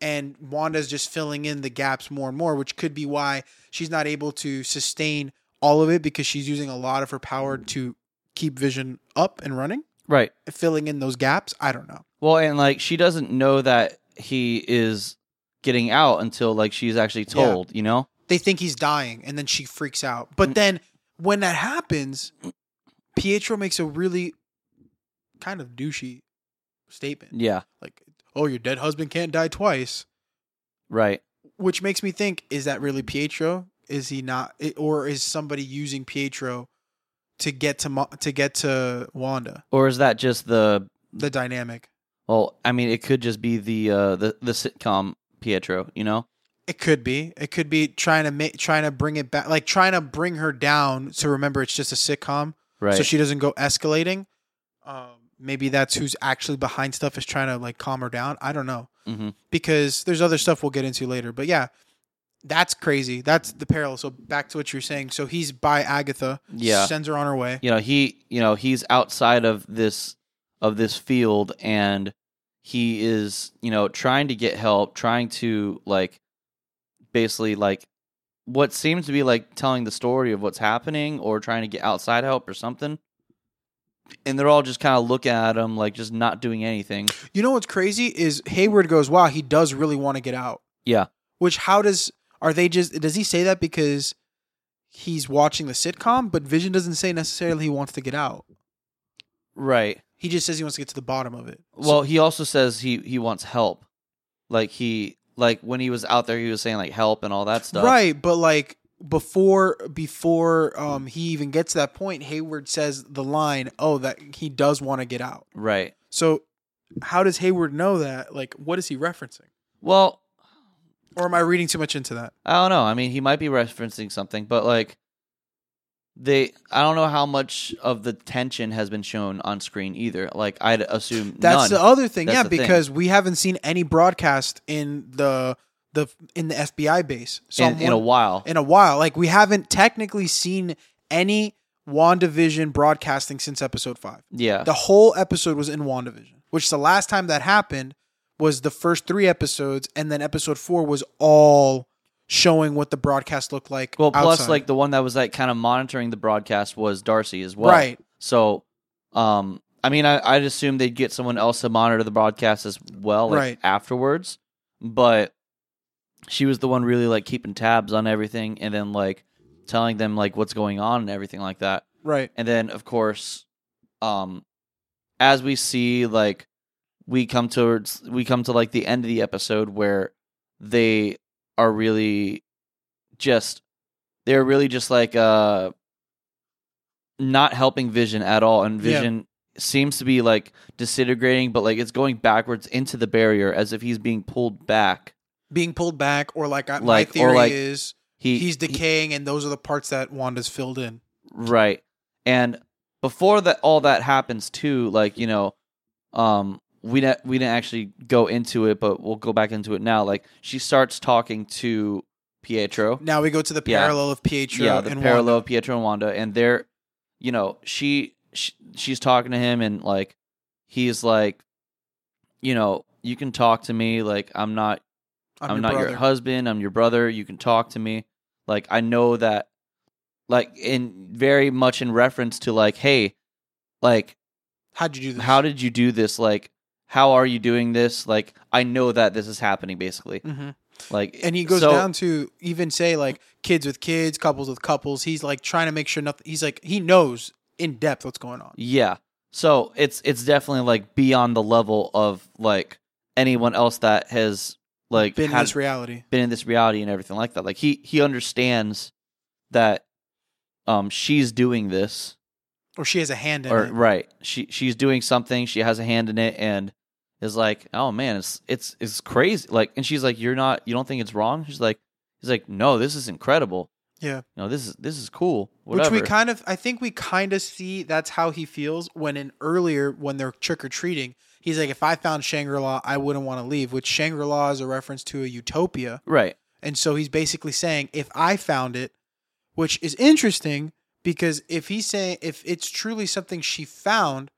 Speaker 3: and Wanda's just filling in the gaps more and more, which could be why she's not able to sustain all of it because she's using a lot of her power to keep Vision up and running,
Speaker 2: Right.
Speaker 3: filling in those gaps. I don't know.
Speaker 2: Well, and like she doesn't know that he is getting out until like she's actually
Speaker 3: Yeah.
Speaker 2: told. You know.
Speaker 3: they think he's dying and then she freaks out but then when that happens pietro makes a really kind of douchey statement
Speaker 2: Yeah.
Speaker 3: like oh your dead husband can't die twice
Speaker 2: Right.
Speaker 3: which makes me think is that really pietro is he not i- or is somebody using pietro to get to Mo- to get to wanda
Speaker 2: Or is that just the?
Speaker 3: the dynamic
Speaker 2: Well, I mean, it could just be the uh the the sitcom Pietro. You know.
Speaker 3: it could be it could be trying to make trying to bring it back like trying to bring her down to remember it's just a sitcom
Speaker 2: Right.
Speaker 3: so she doesn't go escalating. Um, maybe that's who's actually behind stuff is trying to like calm her down. I don't know
Speaker 2: hmm
Speaker 3: because there's other stuff we'll get into later. But yeah, that's crazy. That's the parallel. So back to what you're saying. So he's by Agatha.
Speaker 2: Yeah.
Speaker 3: sends her on her way.
Speaker 2: You know he. You know he's outside of this of this field and he is you know trying to get help trying to like basically like what seems to be like telling the story of what's happening or trying to get outside help or something. And they're all just kind of looking at him like just not doing anything.
Speaker 3: You know what's crazy is Hayward goes, "Wow, he does really want to get out."
Speaker 2: Yeah.
Speaker 3: Which how does are they just does he say that because he's watching the sitcom, but Vision doesn't say necessarily he wants to get out.
Speaker 2: Right.
Speaker 3: He just says he wants to get to the bottom of it. So-
Speaker 2: Well, he also says he he wants help. Like he like when he was out there he was saying like help and all that stuff.
Speaker 3: Right, but like before before um he even gets to that point, Hayward says the line, "Oh, that he does want to get out."
Speaker 2: Right.
Speaker 3: So how does Hayward know that? Like what is he referencing?
Speaker 2: Well,
Speaker 3: Or am I reading too much into that?
Speaker 2: I don't know. I mean, he might be referencing something, but like they I don't know how much of the tension has been shown on screen either. Like I'd assume
Speaker 3: That's
Speaker 2: none.
Speaker 3: the other thing,
Speaker 2: That's
Speaker 3: yeah,
Speaker 2: the thing.
Speaker 3: because we haven't seen any broadcast in the the in the FBI base. So
Speaker 2: in,
Speaker 3: I'm
Speaker 2: in a
Speaker 3: won-
Speaker 2: while.
Speaker 3: in a while, like we haven't technically seen any WandaVision broadcasting since episode five.
Speaker 2: yeah.
Speaker 3: The whole episode was in WandaVision, which the last time that happened was the first three episodes, and then episode four was all showing what the broadcast looked like.
Speaker 2: Well, plus
Speaker 3: outside.
Speaker 2: like the one that was like kind of monitoring the broadcast was Darcy as well.
Speaker 3: right,
Speaker 2: So, um, I mean, I, I'd assume they'd get someone else to monitor the broadcast as well, like
Speaker 3: Right.
Speaker 2: afterwards. But she was the one really like keeping tabs on everything and then like telling them like what's going on and everything like that.
Speaker 3: right,
Speaker 2: And then of course, um, as we see, like we come towards we come to like the end of the episode where they are really just they're really just like uh not helping Vision at all, and
Speaker 3: Yeah.
Speaker 2: Vision seems to be like disintegrating, but like it's going backwards into the barrier as if he's being pulled back.
Speaker 3: being pulled back, or like, I,
Speaker 2: Like,
Speaker 3: my
Speaker 2: or,
Speaker 3: theory
Speaker 2: like,
Speaker 3: is
Speaker 2: He
Speaker 3: he's
Speaker 2: he-
Speaker 3: decaying, and those are the parts that Wanda's filled in.
Speaker 2: Right. And before that all that happens too, like, you know, um we didn't we didn't actually go into it, but we'll go back into it now. Like she starts talking to Pietro.
Speaker 3: Now we go to the
Speaker 2: Yeah.
Speaker 3: parallel of Pietro
Speaker 2: yeah, the
Speaker 3: and
Speaker 2: parallel
Speaker 3: Wanda.
Speaker 2: of Pietro and Wanda and they're you know, she, she she's talking to him and like he's like you know, you can talk to me like I'm not I'm,
Speaker 3: your
Speaker 2: not
Speaker 3: brother.
Speaker 2: your husband. I'm your brother. You can talk to me. Like I know that. Like in very much in reference to like, hey, like
Speaker 3: How'd you do this?
Speaker 2: how did you do this? Like how are you doing this? Like I know that this is happening. Basically,
Speaker 3: Mm-hmm.
Speaker 2: like
Speaker 3: and he goes
Speaker 2: so-
Speaker 3: down to even say like kids with kids, couples with couples. He's like trying to make sure nothing. He's like he knows in depth what's going on.
Speaker 2: Yeah. So it's it's definitely like beyond the level of like anyone else that has like
Speaker 3: Been in
Speaker 2: had-
Speaker 3: this reality,
Speaker 2: been in this reality and everything like that. Like he he understands that um she's doing this
Speaker 3: or she has a hand in
Speaker 2: or
Speaker 3: it.
Speaker 2: right she she's doing something she has a hand in it and is like oh man it's it's it's crazy like and she's like you're not you don't think it's wrong she's like he's like no this is incredible
Speaker 3: Yeah.
Speaker 2: no this is this is cool whatever
Speaker 3: Which we kind of, I think we kind of see that's how he feels when in earlier when they're trick or treating. He's like, if I found Shangri La, I wouldn't want to leave. Which Shangri La is a reference to a utopia,
Speaker 2: right
Speaker 3: and so he's basically saying, if I found it, which is interesting because if he's saying if it's truly something she found,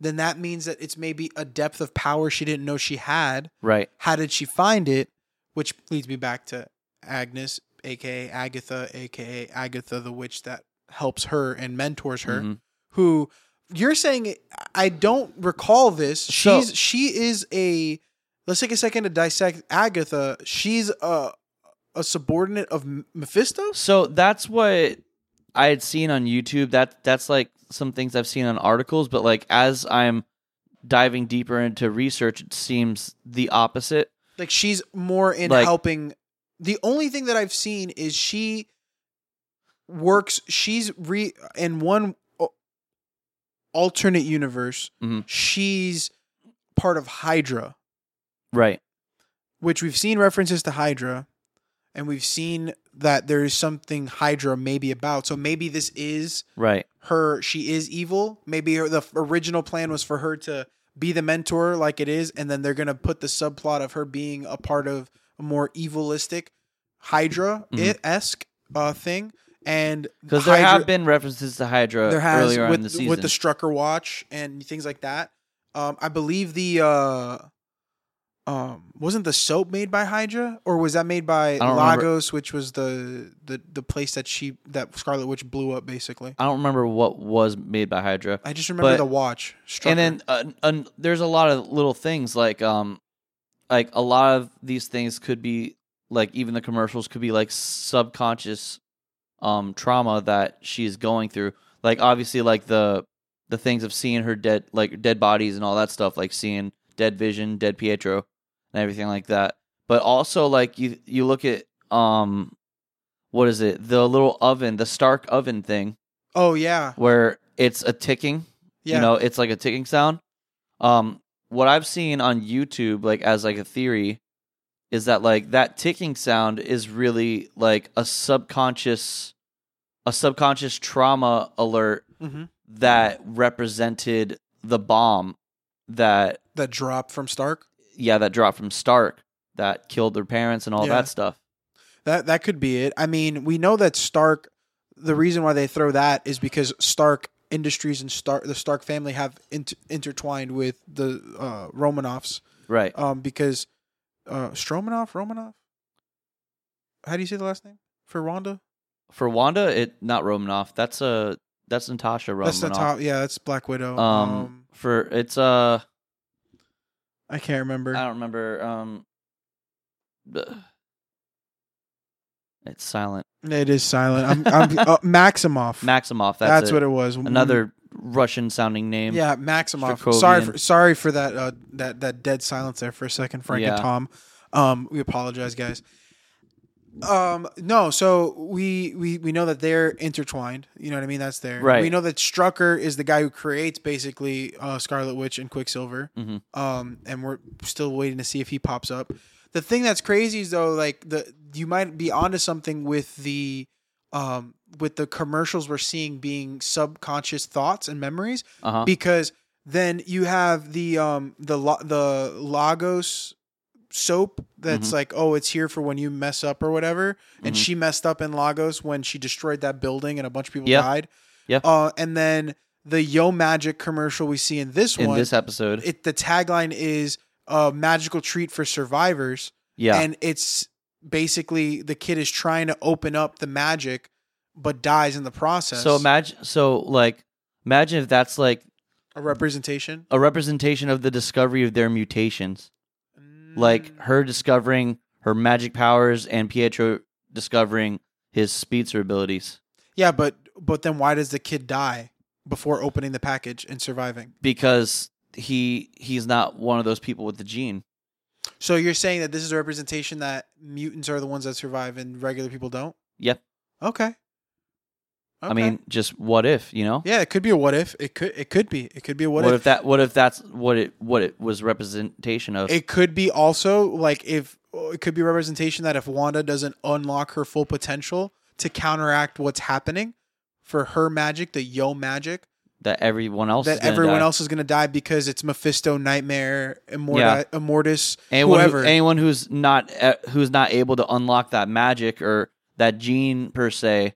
Speaker 3: then that means that it's maybe a depth of power she didn't know she had.
Speaker 2: right
Speaker 3: How did she find it? Which leads me back to Agnes, aka Agatha, aka Agatha the witch that helps her and mentors her.
Speaker 2: Mhm.
Speaker 3: Who you're saying I don't recall this.
Speaker 2: So-
Speaker 3: She's she is a let's take a second to dissect Agatha. She's a a subordinate of M- Mephisto.
Speaker 2: so that's what i had seen on youtube that that's like some things i've seen on articles but like as i'm diving deeper into research it seems the opposite
Speaker 3: Like she's more in
Speaker 2: Like-
Speaker 3: helping. The only thing that I've seen is she works. She's re in one al- alternate universe.
Speaker 2: Mhm.
Speaker 3: She's part of Hydra,
Speaker 2: right
Speaker 3: which we've seen references to Hydra, and we've seen that there is something Hydra maybe about. So maybe this is
Speaker 2: right
Speaker 3: her. She is evil. Maybe her, the original plan was for her to be the mentor, like it is, and then they're gonna put the subplot of her being a part of a more evilistic Hydra esque uh, thing. And
Speaker 2: because Mm-hmm. there
Speaker 3: Hydra-
Speaker 2: have been references to hydra
Speaker 3: there has
Speaker 2: earlier
Speaker 3: with
Speaker 2: on in the season
Speaker 3: with the Strucker watch and things like that. Um, I believe the uh, um, wasn't the soap made by Hydra or was that made by
Speaker 2: don't remember.
Speaker 3: Lagos, which was the, the the place that she that Scarlet Witch blew up basically.
Speaker 2: I don't remember what was made by Hydra.
Speaker 3: I just remember
Speaker 2: But-
Speaker 3: the watch.
Speaker 2: And
Speaker 3: Strucker.
Speaker 2: then uh, un, there's a lot of little things like um like a lot of these things could be like even the commercials could be like subconscious um trauma that she's going through. Like obviously like the the things of seeing her dead like dead bodies and all that stuff like seeing dead vision, dead Pietro and everything like that. But also like you you look at um what is it? The little oven, the Stark oven thing
Speaker 3: Oh yeah,
Speaker 2: where it's a ticking
Speaker 3: yeah.
Speaker 2: you know it's like a ticking sound um what i've seen on youtube like as like a theory is that like that ticking sound is really like a subconscious a subconscious trauma alert
Speaker 3: Mm-hmm.
Speaker 2: that represented the bomb that
Speaker 3: That drop from Stark.
Speaker 2: yeah that dropped from Stark that killed their parents and all
Speaker 3: Yeah.
Speaker 2: that stuff.
Speaker 3: That that could be it. I mean, we know that Stark. The reason why they throw that is because Stark Industries and Stark the Stark family have int- intertwined with the uh, Romanovs.
Speaker 2: Right.
Speaker 3: Um, because uh, Stromanoff Romanov. How do you say the last name for Rhonda?
Speaker 2: For Wanda, it not Romanoff. That's a that's Natasha
Speaker 3: That's
Speaker 2: Romanoff.
Speaker 3: the top. Yeah, that's Black Widow.
Speaker 2: Um, for it's uh
Speaker 3: I can't remember.
Speaker 2: I don't remember um the- it's silent.
Speaker 3: It is silent. I'm, I'm uh, Maximoff.
Speaker 2: Maximoff. That's,
Speaker 3: that's
Speaker 2: it.
Speaker 3: what it was.
Speaker 2: another Russian sounding name.
Speaker 3: Yeah, Maximoff.
Speaker 2: Strakovian.
Speaker 3: Sorry, for, sorry for that. Uh, that that dead silence there for a second, Frank
Speaker 2: Yeah.
Speaker 3: and Tom. Um, we apologize, guys. Um, no, so we we we know that they're intertwined. You know what I mean? That's there.
Speaker 2: Right.
Speaker 3: We know that Strucker is the guy who creates basically uh, Scarlet Witch and Quicksilver.
Speaker 2: Mhm.
Speaker 3: Um, and we're still waiting to see if he pops up. The thing that's crazy is though, like the you might be onto something with the um with the commercials we're seeing being subconscious thoughts and memories
Speaker 2: Uh-huh.
Speaker 3: because then you have the um the lo- the Lagos soap that's
Speaker 2: Mm-hmm.
Speaker 3: like oh it's here for when you mess up or whatever and
Speaker 2: Mhm.
Speaker 3: she messed up in Lagos when she destroyed that building and a bunch of people
Speaker 2: Yeah.
Speaker 3: died
Speaker 2: Yeah.
Speaker 3: uh and then the Yo Magic commercial we see in this
Speaker 2: In
Speaker 3: one
Speaker 2: this episode.
Speaker 3: it the tagline is a magical treat for survivors
Speaker 2: yeah.
Speaker 3: and it's basically the kid is trying to open up the magic but dies in the process
Speaker 2: So imagine so like imagine if that's like
Speaker 3: a representation
Speaker 2: a representation of the discovery of their mutations.
Speaker 3: Mm.
Speaker 2: Like her discovering her magic powers and Pietro discovering his speedster abilities.
Speaker 3: Yeah, but but then why does the kid die before opening the package and surviving?
Speaker 2: Because he he's not one of those people with the gene.
Speaker 3: So you're saying that this is a representation that mutants are the ones that survive and regular people don't?
Speaker 2: Yep.
Speaker 3: Okay.
Speaker 2: I
Speaker 3: Okay.
Speaker 2: mean, just what if, you know?
Speaker 3: yeah, it could be a what if. It could it could be. It could be a
Speaker 2: What,
Speaker 3: what,
Speaker 2: if,
Speaker 3: if.
Speaker 2: that what if that's what it what it was representation of?
Speaker 3: It could be also like if oh, it could be a representation that if Wanda doesn't unlock her full potential to counteract what's happening for her magic, the yo magic,
Speaker 2: that everyone else is
Speaker 3: that
Speaker 2: gonna
Speaker 3: everyone
Speaker 2: die.
Speaker 3: else is going to die because it's Mephisto, Nightmare, Immorti-
Speaker 2: Yeah.
Speaker 3: Immortus,
Speaker 2: anyone who-
Speaker 3: whoever.
Speaker 2: anyone who's not uh, who's not able to unlock that magic or that gene per se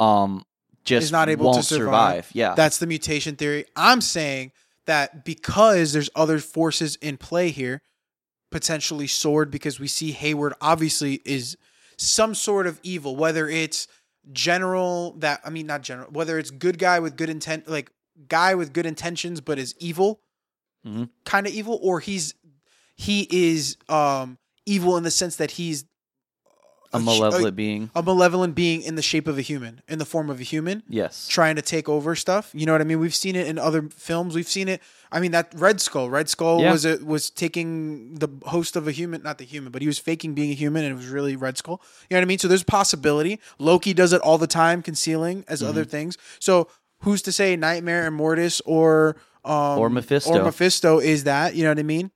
Speaker 2: um just
Speaker 3: Is not able to
Speaker 2: won't
Speaker 3: survive.
Speaker 2: yeah
Speaker 3: That's the mutation theory. I'm saying that because there's other forces in play here, potentially sword, because we see Hayward obviously is some sort of evil, whether it's general that I mean not general, whether it's good guy with good intent, like guy with good intentions but is evil,
Speaker 2: Mhm.
Speaker 3: kind of evil, or he's he is um evil in the sense that he's
Speaker 2: a malevolent being
Speaker 3: a malevolent being in the shape of a human, in the form of a human
Speaker 2: yes
Speaker 3: trying to take over stuff. You know what I mean? We've seen it in other films. We've seen it. I mean that Red Skull. Red Skull
Speaker 2: Yeah.
Speaker 3: was a, was taking the host of a human, not the human, but he was faking being a human, and it was really Red Skull. You know what I mean? So there's a possibility. Loki does it all the time, concealing as other things. So who's to say Nightmare and Mortis or um,
Speaker 2: Or Mephisto.
Speaker 3: or Mephisto is that? You know what I mean?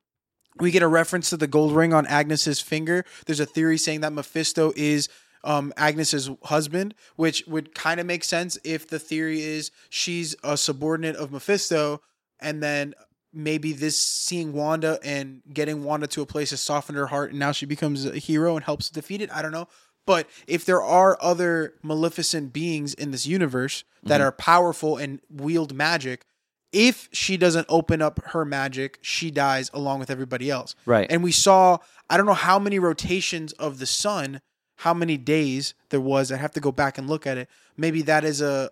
Speaker 3: We get a reference to the gold ring on Agnes's finger. There's a theory saying that Mephisto is um, Agnes's husband, which would kind of make sense if the theory is she's a subordinate of Mephisto, and then maybe this seeing Wanda and getting Wanda to a place has softened her heart, and now she becomes a hero and helps defeat it. I don't know. But if there are other maleficent beings in this universe that are powerful and wield magic, if she doesn't open up her magic, she dies along with everybody else.
Speaker 2: right
Speaker 3: And we saw, I don't know how many rotations of the sun, how many days there was. I have to go back and look at it. Maybe that is a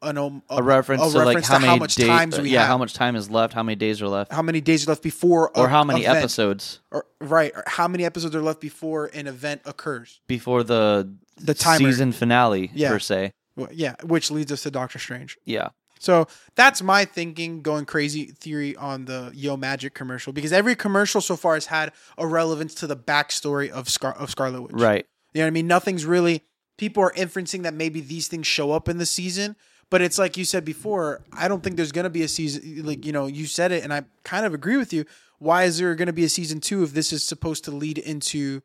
Speaker 3: an, om-
Speaker 2: a reference to like how many
Speaker 3: much
Speaker 2: day-
Speaker 3: times we
Speaker 2: yeah
Speaker 3: have,
Speaker 2: how much time is left how many days are left
Speaker 3: how many days are left before,
Speaker 2: or
Speaker 3: a
Speaker 2: how many
Speaker 3: event-
Speaker 2: episodes
Speaker 3: or, right? Or how many episodes are left before an event occurs?
Speaker 2: before the
Speaker 3: The timer,
Speaker 2: season finale
Speaker 3: Yeah.
Speaker 2: per se
Speaker 3: Well, yeah, which leads us to Doctor Strange.
Speaker 2: yeah
Speaker 3: So that's my thinking, going crazy theory on the Yo Magic commercial because every commercial so far has had a relevance to the backstory of Scar- of Scarlet Witch.
Speaker 2: right
Speaker 3: You know what I mean? Nothing's really. People are inferencing that maybe these things show up in the season, but it's like you said before. I don't think there's gonna be a season. Like you know, you said it, and I kind of agree with you. Why is there gonna be a season two if this is supposed to lead into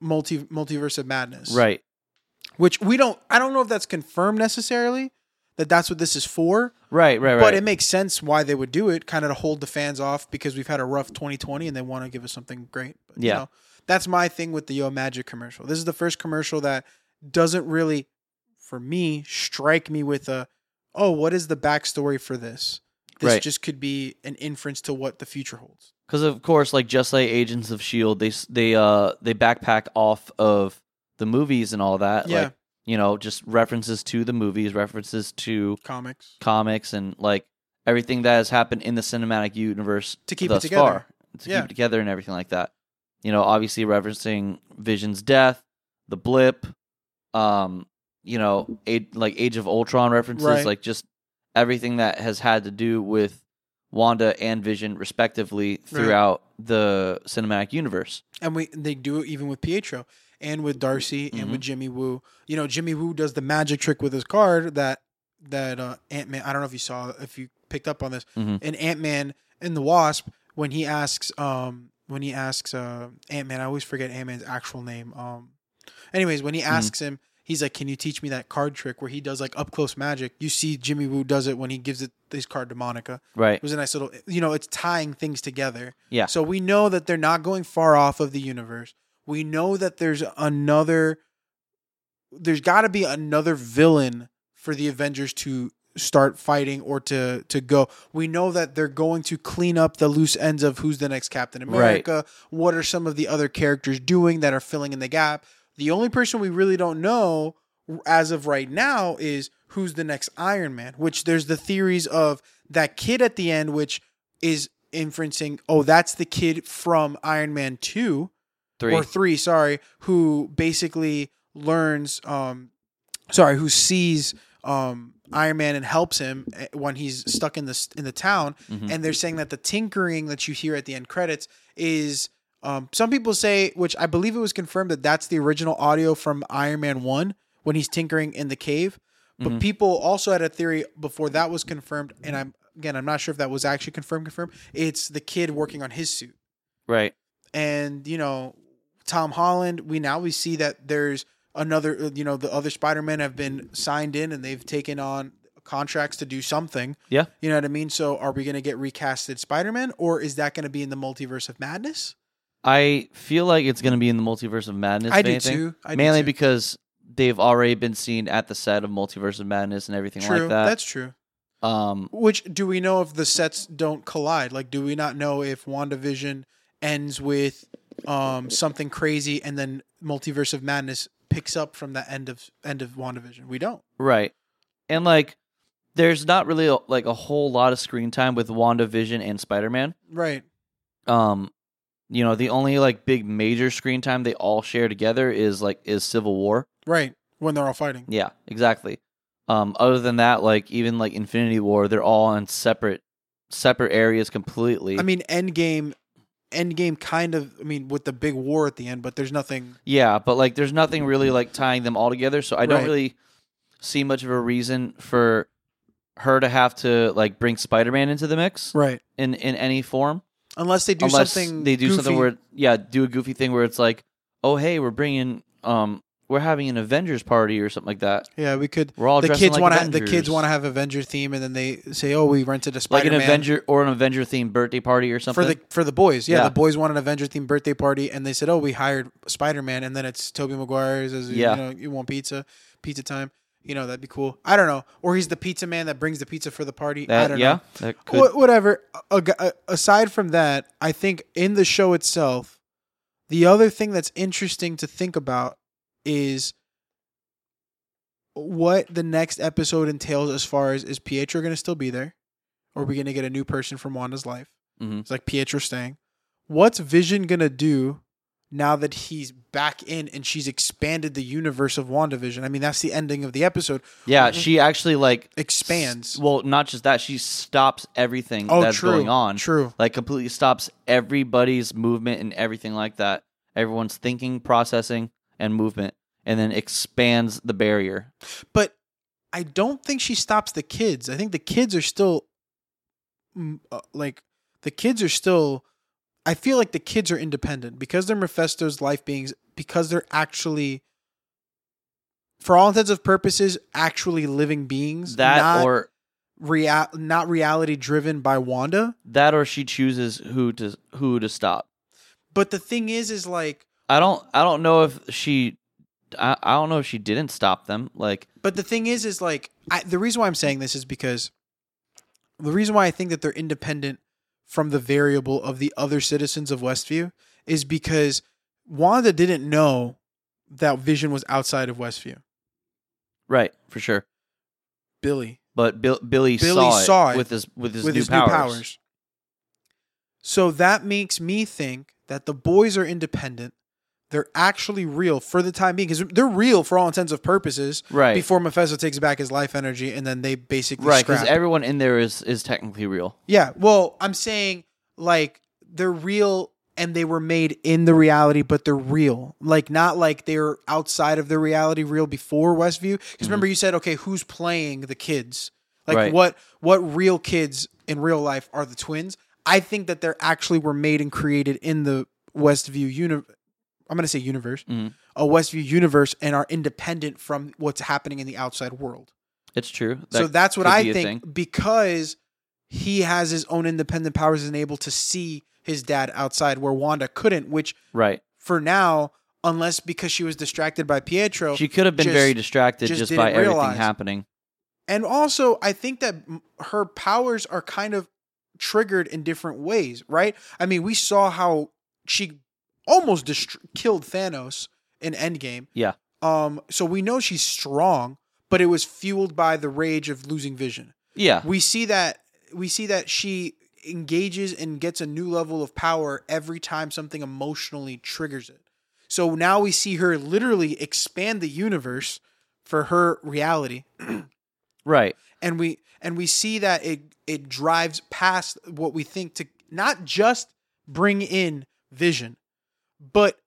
Speaker 3: multi multiverse of madness?
Speaker 2: right
Speaker 3: which we don't. I don't know if that's confirmed necessarily that that's what this is for,
Speaker 2: Right, right, right.
Speaker 3: but it makes sense why they would do it, kind of to hold the fans off because we've had a rough 2020 and they want to give us something great. But,
Speaker 2: Yeah.
Speaker 3: that's my thing with the Yo Magic commercial. This is the first commercial that doesn't really, for me, strike me with a, oh, what is the backstory for this? This
Speaker 2: Right.
Speaker 3: just could be an inference to what the future holds.
Speaker 2: Because of course, like just like Agents of Shield, they s- they uh they backpack off of the movies and all that.
Speaker 3: Yeah.
Speaker 2: Uh, Like, you know, just references to the movies, references to
Speaker 3: Comics
Speaker 2: comics, and like everything that has happened in the cinematic universe
Speaker 3: to keep it
Speaker 2: thus
Speaker 3: together.
Speaker 2: far, to
Speaker 3: Yeah.
Speaker 2: keep it together and everything like that. You know, obviously referencing Vision's death, the blip, um, you know, a- like Age of Ultron references,
Speaker 3: Right.
Speaker 2: like just everything that has had to do with Wanda and Vision respectively throughout the cinematic universe.
Speaker 3: and we they do it even with Pietro and with Darcy and with Jimmy Woo. You know, Jimmy Woo does the magic trick with his card that that uh, Ant Man. I don't know if you saw if you picked up on this.
Speaker 2: Mhm.
Speaker 3: In Ant Man and the Wasp, when he asks um when he asks uh, Ant Man, I always forget Ant Man's actual name. Um, anyways, when he asks him. He's like, can you teach me that card trick where he does like up close magic? You see, Jimmy Woo does it when he gives it his card to Monica.
Speaker 2: Right.
Speaker 3: It was a nice little, you know, it's tying things together.
Speaker 2: Yeah.
Speaker 3: So we know that they're not going far off of the universe. We know that there's another, there's got to be another villain for the Avengers to start fighting or to to go. We know that they're going to clean up the loose ends of who's the next Captain
Speaker 2: Right.
Speaker 3: America. What are some of the other characters doing that are filling in the gap? The only person we really don't know as of right now is who's the next Iron Man, which there's the theories of that kid at the end, which is inferencing, oh, that's the kid from Iron Man 2
Speaker 2: Three.
Speaker 3: or 3, sorry, who basically learns, um, sorry, who sees um, Iron Man and helps him eh, when he's stuck in the, in the town.
Speaker 2: Mhm.
Speaker 3: And they're saying that the tinkering that you hear at the end credits is. Um, some people say, which I believe it was confirmed that that's the original audio from Iron Man 1 when he's tinkering in the cave. But
Speaker 2: Mhm.
Speaker 3: people also had a theory before that was confirmed, and I'm again I'm not sure if that was actually confirmed. Confirmed. It's the kid working on his suit,
Speaker 2: Right.
Speaker 3: and you know Tom Holland. We now we see that there's another. uh, You know the other Spider Men have been signed in, and they've taken on contracts to do something.
Speaker 2: Yeah.
Speaker 3: You know what I mean? So are we going to get recasted Spider Man, or is that going to be in the multiverse of madness?
Speaker 2: I feel like it's going to be in the multiverse of madness.
Speaker 3: I
Speaker 2: if
Speaker 3: do
Speaker 2: anything.
Speaker 3: too. I do
Speaker 2: Mainly
Speaker 3: too.
Speaker 2: because they've already been seen at the set of Multiverse of Madness and everything
Speaker 3: true.
Speaker 2: like that.
Speaker 3: That's true.
Speaker 2: um,
Speaker 3: Which do we know if the sets don't collide? Like, do we not know if WandaVision ends with um, something crazy and then Multiverse of Madness picks up from the end of end of WandaVision? We don't.
Speaker 2: Right. And like there's not really a, like a whole lot of screen time with WandaVision and Spider-Man.
Speaker 3: Right.
Speaker 2: Um you know, the only like big major screen time they all share together is like is Civil War.
Speaker 3: Right. When they're all fighting.
Speaker 2: Yeah, exactly. Um other than that like even like Infinity War, they're all on separate separate areas completely.
Speaker 3: I mean, Endgame. Endgame kind of. I mean, with the big war at the end, but there's nothing.
Speaker 2: Yeah, but like there's nothing really like tying them all together, so I don't
Speaker 3: Right.
Speaker 2: really see much of a reason for her to have to like bring Spider-Man into the mix
Speaker 3: Right.
Speaker 2: in in any form.
Speaker 3: Unless they do
Speaker 2: unless
Speaker 3: something.
Speaker 2: they do something
Speaker 3: goofy.
Speaker 2: where yeah do a goofy thing where it's like oh hey we're bringing um we're having an avengers party or something like that
Speaker 3: Yeah, we could.
Speaker 2: we're all
Speaker 3: The
Speaker 2: dressed
Speaker 3: kids
Speaker 2: like
Speaker 3: want to. The
Speaker 2: Avengers.
Speaker 3: kids want to have Avenger theme, and then they say, "Oh, we rented a
Speaker 2: like
Speaker 3: Spider-Man."
Speaker 2: an avenger or an avenger themed birthday party or something
Speaker 3: for the for the boys. Yeah,
Speaker 2: Yeah.
Speaker 3: the boys want an Avenger themed birthday party, and they said, "Oh, we hired Spider Man," and then it's Toby Maguire's as
Speaker 2: Yeah.
Speaker 3: you know, you want pizza, pizza time. You know, that'd be cool. I don't know, or he's the pizza man that brings the pizza for the party. I
Speaker 2: that
Speaker 3: don't
Speaker 2: yeah
Speaker 3: know.
Speaker 2: that could
Speaker 3: Wha- whatever. A- a- aside from that, I think in the show itself, the other thing that's interesting to think about is what the next episode entails as far as is Pietro going to still be there? Or are we going to get a new person from Wanda's life?
Speaker 2: Mhm.
Speaker 3: It's like Pietro staying. What's Vision going to do now that he's back in and she's expanded the universe of WandaVision? I mean, that's the ending of the episode.
Speaker 2: yeah she actually like
Speaker 3: Expands.
Speaker 2: s- well not just that she stops everything
Speaker 3: oh,
Speaker 2: that's
Speaker 3: true.
Speaker 2: going on
Speaker 3: True.
Speaker 2: like completely stops everybody's movement and everything like that everyone's thinking processing and movement and then expands the barrier
Speaker 3: but I don't think she stops the kids. I think the kids are still mm, uh, like the kids are still. I feel like the kids are independent because they're Mephisto's life beings because they're actually for all intents and purposes, actually living beings.
Speaker 2: That
Speaker 3: not
Speaker 2: or
Speaker 3: rea- not reality driven by Wanda.
Speaker 2: that or she chooses who to who to stop.
Speaker 3: But the thing is, is like,
Speaker 2: I don't I don't know if she I, I don't know if she didn't stop them. Like
Speaker 3: but the thing is, is like, I, the reason why I'm saying this is because the reason why I think that they're independent from the variable of the other citizens of Westview is because Wanda didn't know that Vision was outside of Westview.
Speaker 2: right, for sure.
Speaker 3: Billy
Speaker 2: But Bill, Billy,
Speaker 3: Billy
Speaker 2: saw, it
Speaker 3: saw it
Speaker 2: with his with his,
Speaker 3: with
Speaker 2: new,
Speaker 3: his
Speaker 2: powers.
Speaker 3: new powers. So that makes me think that the boys are independent. They're actually real for the time being because they're real for all intents and purposes.
Speaker 2: Right.
Speaker 3: Before Mephisto takes back his life energy, and then they basically
Speaker 2: right, because
Speaker 3: scrap.
Speaker 2: everyone in there is is technically real.
Speaker 3: yeah. Well, I'm saying like they're real and they were made in the reality, but they're real. Like not like they're outside of the reality, real before Westview. Because remember, you said okay, who's playing the kids? Like
Speaker 2: Right.
Speaker 3: what what real kids in real life are the twins? I think that they're actually were made and created in the Westview universe. I'm gonna say universe,
Speaker 2: Mhm.
Speaker 3: a Westview universe, and are independent from what's happening in the outside world
Speaker 2: It's true.
Speaker 3: so
Speaker 2: That
Speaker 3: that's what
Speaker 2: could
Speaker 3: I
Speaker 2: be a
Speaker 3: think because he has his own independent powers and able to see his dad outside where Wanda couldn't, which
Speaker 2: Right.
Speaker 3: for now, unless because she was distracted by Pietro.
Speaker 2: She could have been
Speaker 3: just-
Speaker 2: very distracted
Speaker 3: just
Speaker 2: just, by
Speaker 3: didn't
Speaker 2: everything
Speaker 3: realize.
Speaker 2: happening.
Speaker 3: and also, I think that m- her powers are kind of triggered in different ways, right? I mean, we saw how she almost dest- killed Thanos in Endgame.
Speaker 2: Yeah.
Speaker 3: Um, so we know she's strong, but it was fueled by the rage of losing vision.
Speaker 2: Yeah.
Speaker 3: we see that we see that she engages and gets a new level of power every time something emotionally triggers it. So now we see her literally expand the universe for her reality
Speaker 2: Right.
Speaker 3: and we and we see that it it drives past what we think to not just bring in vision but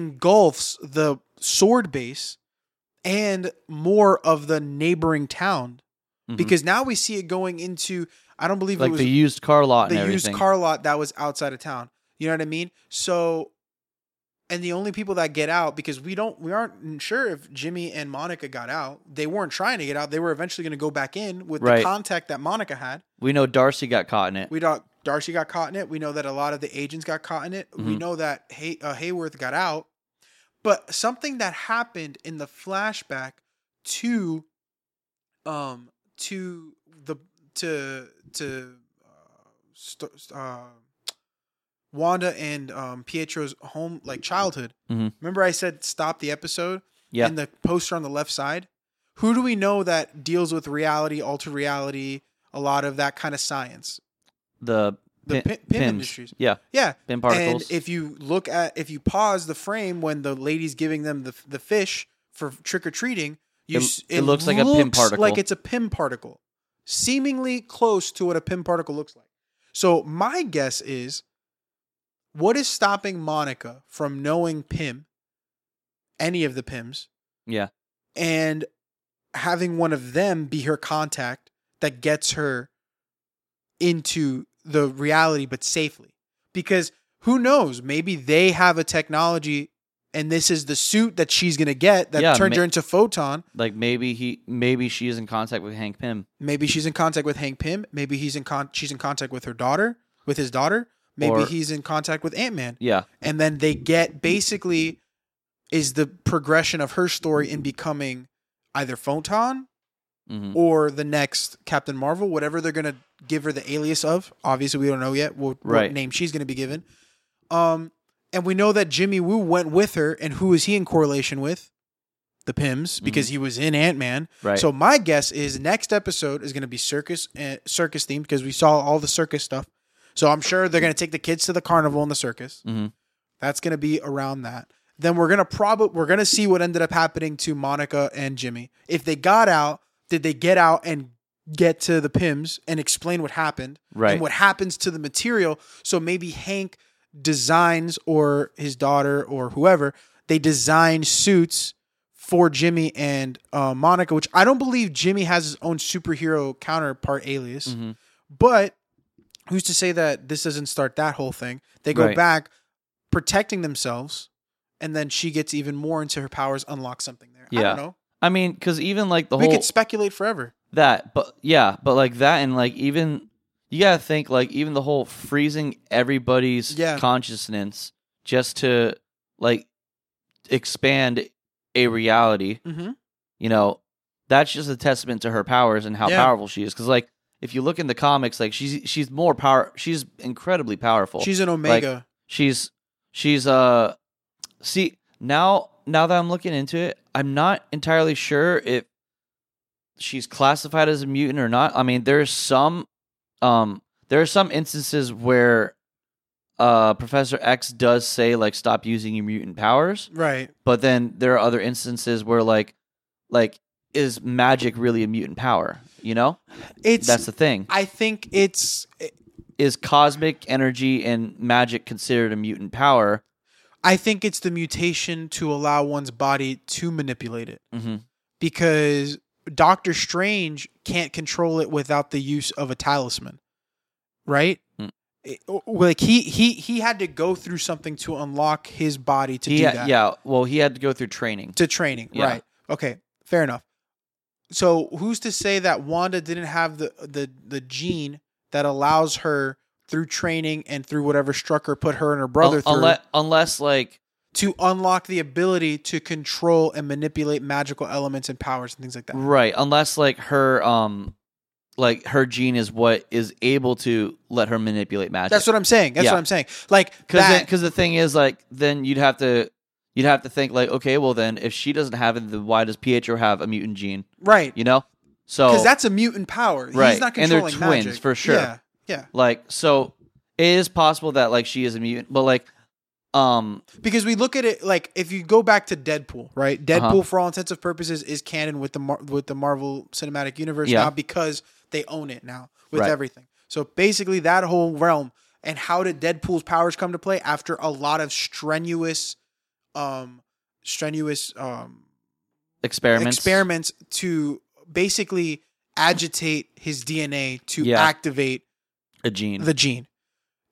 Speaker 3: engulfs the sword base and more of the neighboring town
Speaker 2: Mhm.
Speaker 3: because now we see it going into I don't believe it
Speaker 2: Like
Speaker 3: was
Speaker 2: the used car lot and
Speaker 3: the
Speaker 2: everything.
Speaker 3: used car lot that was outside of town. You know what I mean? So, and the only people that get out because we don't, we aren't sure if Jimmy and Monica got out. They weren't trying to get out. They were eventually going to go back in with the
Speaker 2: Right.
Speaker 3: contact that Monica had.
Speaker 2: we know Darcy got caught in it.
Speaker 3: We know Darcy got caught in it. We know that a lot of the agents got caught in it. We
Speaker 2: Mhm.
Speaker 3: know that Hay- uh, Hayworth got out. But something that happened in the flashback to, um, to the to to uh, st- st- uh, Wanda and um, Pietro's home, like childhood.
Speaker 2: Mhm.
Speaker 3: Remember, I said stop the episode
Speaker 2: yeah.
Speaker 3: and the poster on the left side. Who do we know that deals with reality, altered reality, a lot of that kind of science?
Speaker 2: The,
Speaker 3: the pin, pin
Speaker 2: pins.
Speaker 3: industries.
Speaker 2: Yeah.
Speaker 3: Yeah.
Speaker 2: Pin particles.
Speaker 3: And if you look at if you pause the frame when the lady's giving them the the fish for trick or treating, you
Speaker 2: It-
Speaker 3: s-
Speaker 2: it looks like a pin particle.
Speaker 3: Like it's a pin particle, seemingly close to what a pin particle looks like. So my guess is, what is stopping Monica from knowing Pym, any of the Pims,
Speaker 2: yeah.
Speaker 3: and having one of them be her contact that gets her into the reality but safely because who knows maybe they have a technology and this is the suit that she's going to get that
Speaker 2: Yeah,
Speaker 3: turns
Speaker 2: ma-
Speaker 3: her into photon
Speaker 2: Like maybe he maybe she is in contact with Hank Pym.
Speaker 3: maybe she's in contact with Hank Pym maybe he's in con- she's in contact with her daughter with his daughter maybe
Speaker 2: Or-
Speaker 3: he's in contact with Ant-Man
Speaker 2: Yeah.
Speaker 3: and then they get basically is the progression of her story in becoming either photon
Speaker 2: hmm
Speaker 3: or the next Captain Marvel, whatever they're gonna give her the alias of. Obviously, we don't know yet what, what
Speaker 2: Right.
Speaker 3: name she's gonna be given. Um, and we know that Jimmy Woo went with her, and who is he in correlation with? The Pims, because he was in Ant Man.
Speaker 2: Right.
Speaker 3: So my guess is next episode is gonna be circus uh, circus themed because we saw all the circus stuff. So I'm sure they're gonna take the kids to the carnival and the circus.
Speaker 2: Mhm.
Speaker 3: That's gonna be around that. Then we're gonna probably we're gonna see what ended up happening to Monica and Jimmy. If they got out, did they get out and get to the Pims and explain what happened
Speaker 2: Right.
Speaker 3: and what happens to the material? So maybe Hank designs or his daughter or whoever they design suits for Jimmy and uh, Monica, which I don't believe Jimmy has his own superhero counterpart alias,
Speaker 2: Mhm.
Speaker 3: but who's to say that this doesn't start that whole thing? They go
Speaker 2: Right.
Speaker 3: back protecting themselves, and then she gets even more into her powers, unlock something there. I
Speaker 2: Yeah.
Speaker 3: don't know.
Speaker 2: I mean, because even like the
Speaker 3: we
Speaker 2: whole
Speaker 3: could speculate forever.
Speaker 2: that, but yeah, but like that, and like even you gotta think like even the whole freezing everybody's
Speaker 3: Yeah.
Speaker 2: consciousness just to like expand a reality.
Speaker 3: Mm-hmm.
Speaker 2: You know, that's just a testament to her powers and how
Speaker 3: Yeah.
Speaker 2: powerful she is. Because like if you look in the comics, like she's she's more power. She's incredibly powerful.
Speaker 3: She's an omega.
Speaker 2: She's she's uh see now now that I'm looking into it, I'm not entirely sure if she's classified as a mutant or not. I mean, there's some um there are some instances where uh Professor X does say like stop using your mutant powers,
Speaker 3: right.
Speaker 2: but then there are other instances where like like is magic really a mutant power? You know?
Speaker 3: It's
Speaker 2: That's the thing.
Speaker 3: I think it's
Speaker 2: Is cosmic energy and magic considered a mutant power?
Speaker 3: I think it's the mutation to allow one's body to manipulate it
Speaker 2: Mhm.
Speaker 3: because Doctor Strange can't control it without the use of a talisman, right?
Speaker 2: Hmm.
Speaker 3: It- o- like he he he had to go through something to unlock his body to
Speaker 2: He
Speaker 3: do
Speaker 2: had-
Speaker 3: that.
Speaker 2: Yeah, well, he had to go through training.
Speaker 3: to training.
Speaker 2: Yeah.
Speaker 3: Right. Okay. Fair enough. So who's to say that Wanda didn't have the the the gene that allows her through training and through whatever struck her, put her and her brother
Speaker 2: Un-
Speaker 3: through
Speaker 2: unless, unless, like,
Speaker 3: to unlock the ability to control and manipulate magical elements and powers and things like that.
Speaker 2: right, unless like her, um, like her gene is what is able to let her manipulate magic.
Speaker 3: That's what I'm saying. That's
Speaker 2: Yeah.
Speaker 3: what I'm saying. Like
Speaker 2: because
Speaker 3: that.
Speaker 2: because the thing is like then you'd have to you'd have to think like okay well then if she doesn't have it then why does Pietro have a mutant gene
Speaker 3: right.
Speaker 2: you know so
Speaker 3: Because that's a mutant power. He's
Speaker 2: Right.
Speaker 3: not
Speaker 2: And they're
Speaker 3: controlling
Speaker 2: twins,
Speaker 3: magic.
Speaker 2: for sure.
Speaker 3: Yeah. Yeah.
Speaker 2: like so it is possible that like she is a mutant but like um
Speaker 3: because we look at it like if you go back to Deadpool, right?
Speaker 2: Uh-huh.
Speaker 3: Deadpool, for all intents and purposes, is canon with the Mar- with the Marvel Cinematic Universe
Speaker 2: Yeah.
Speaker 3: now because they own it now with
Speaker 2: Right.
Speaker 3: everything. So basically, that whole realm and how did Deadpool's powers come to play after a lot of strenuous, um, strenuous um
Speaker 2: experiments
Speaker 3: experiments to basically agitate his DNA to
Speaker 2: Yeah.
Speaker 3: activate
Speaker 2: a gene
Speaker 3: the gene.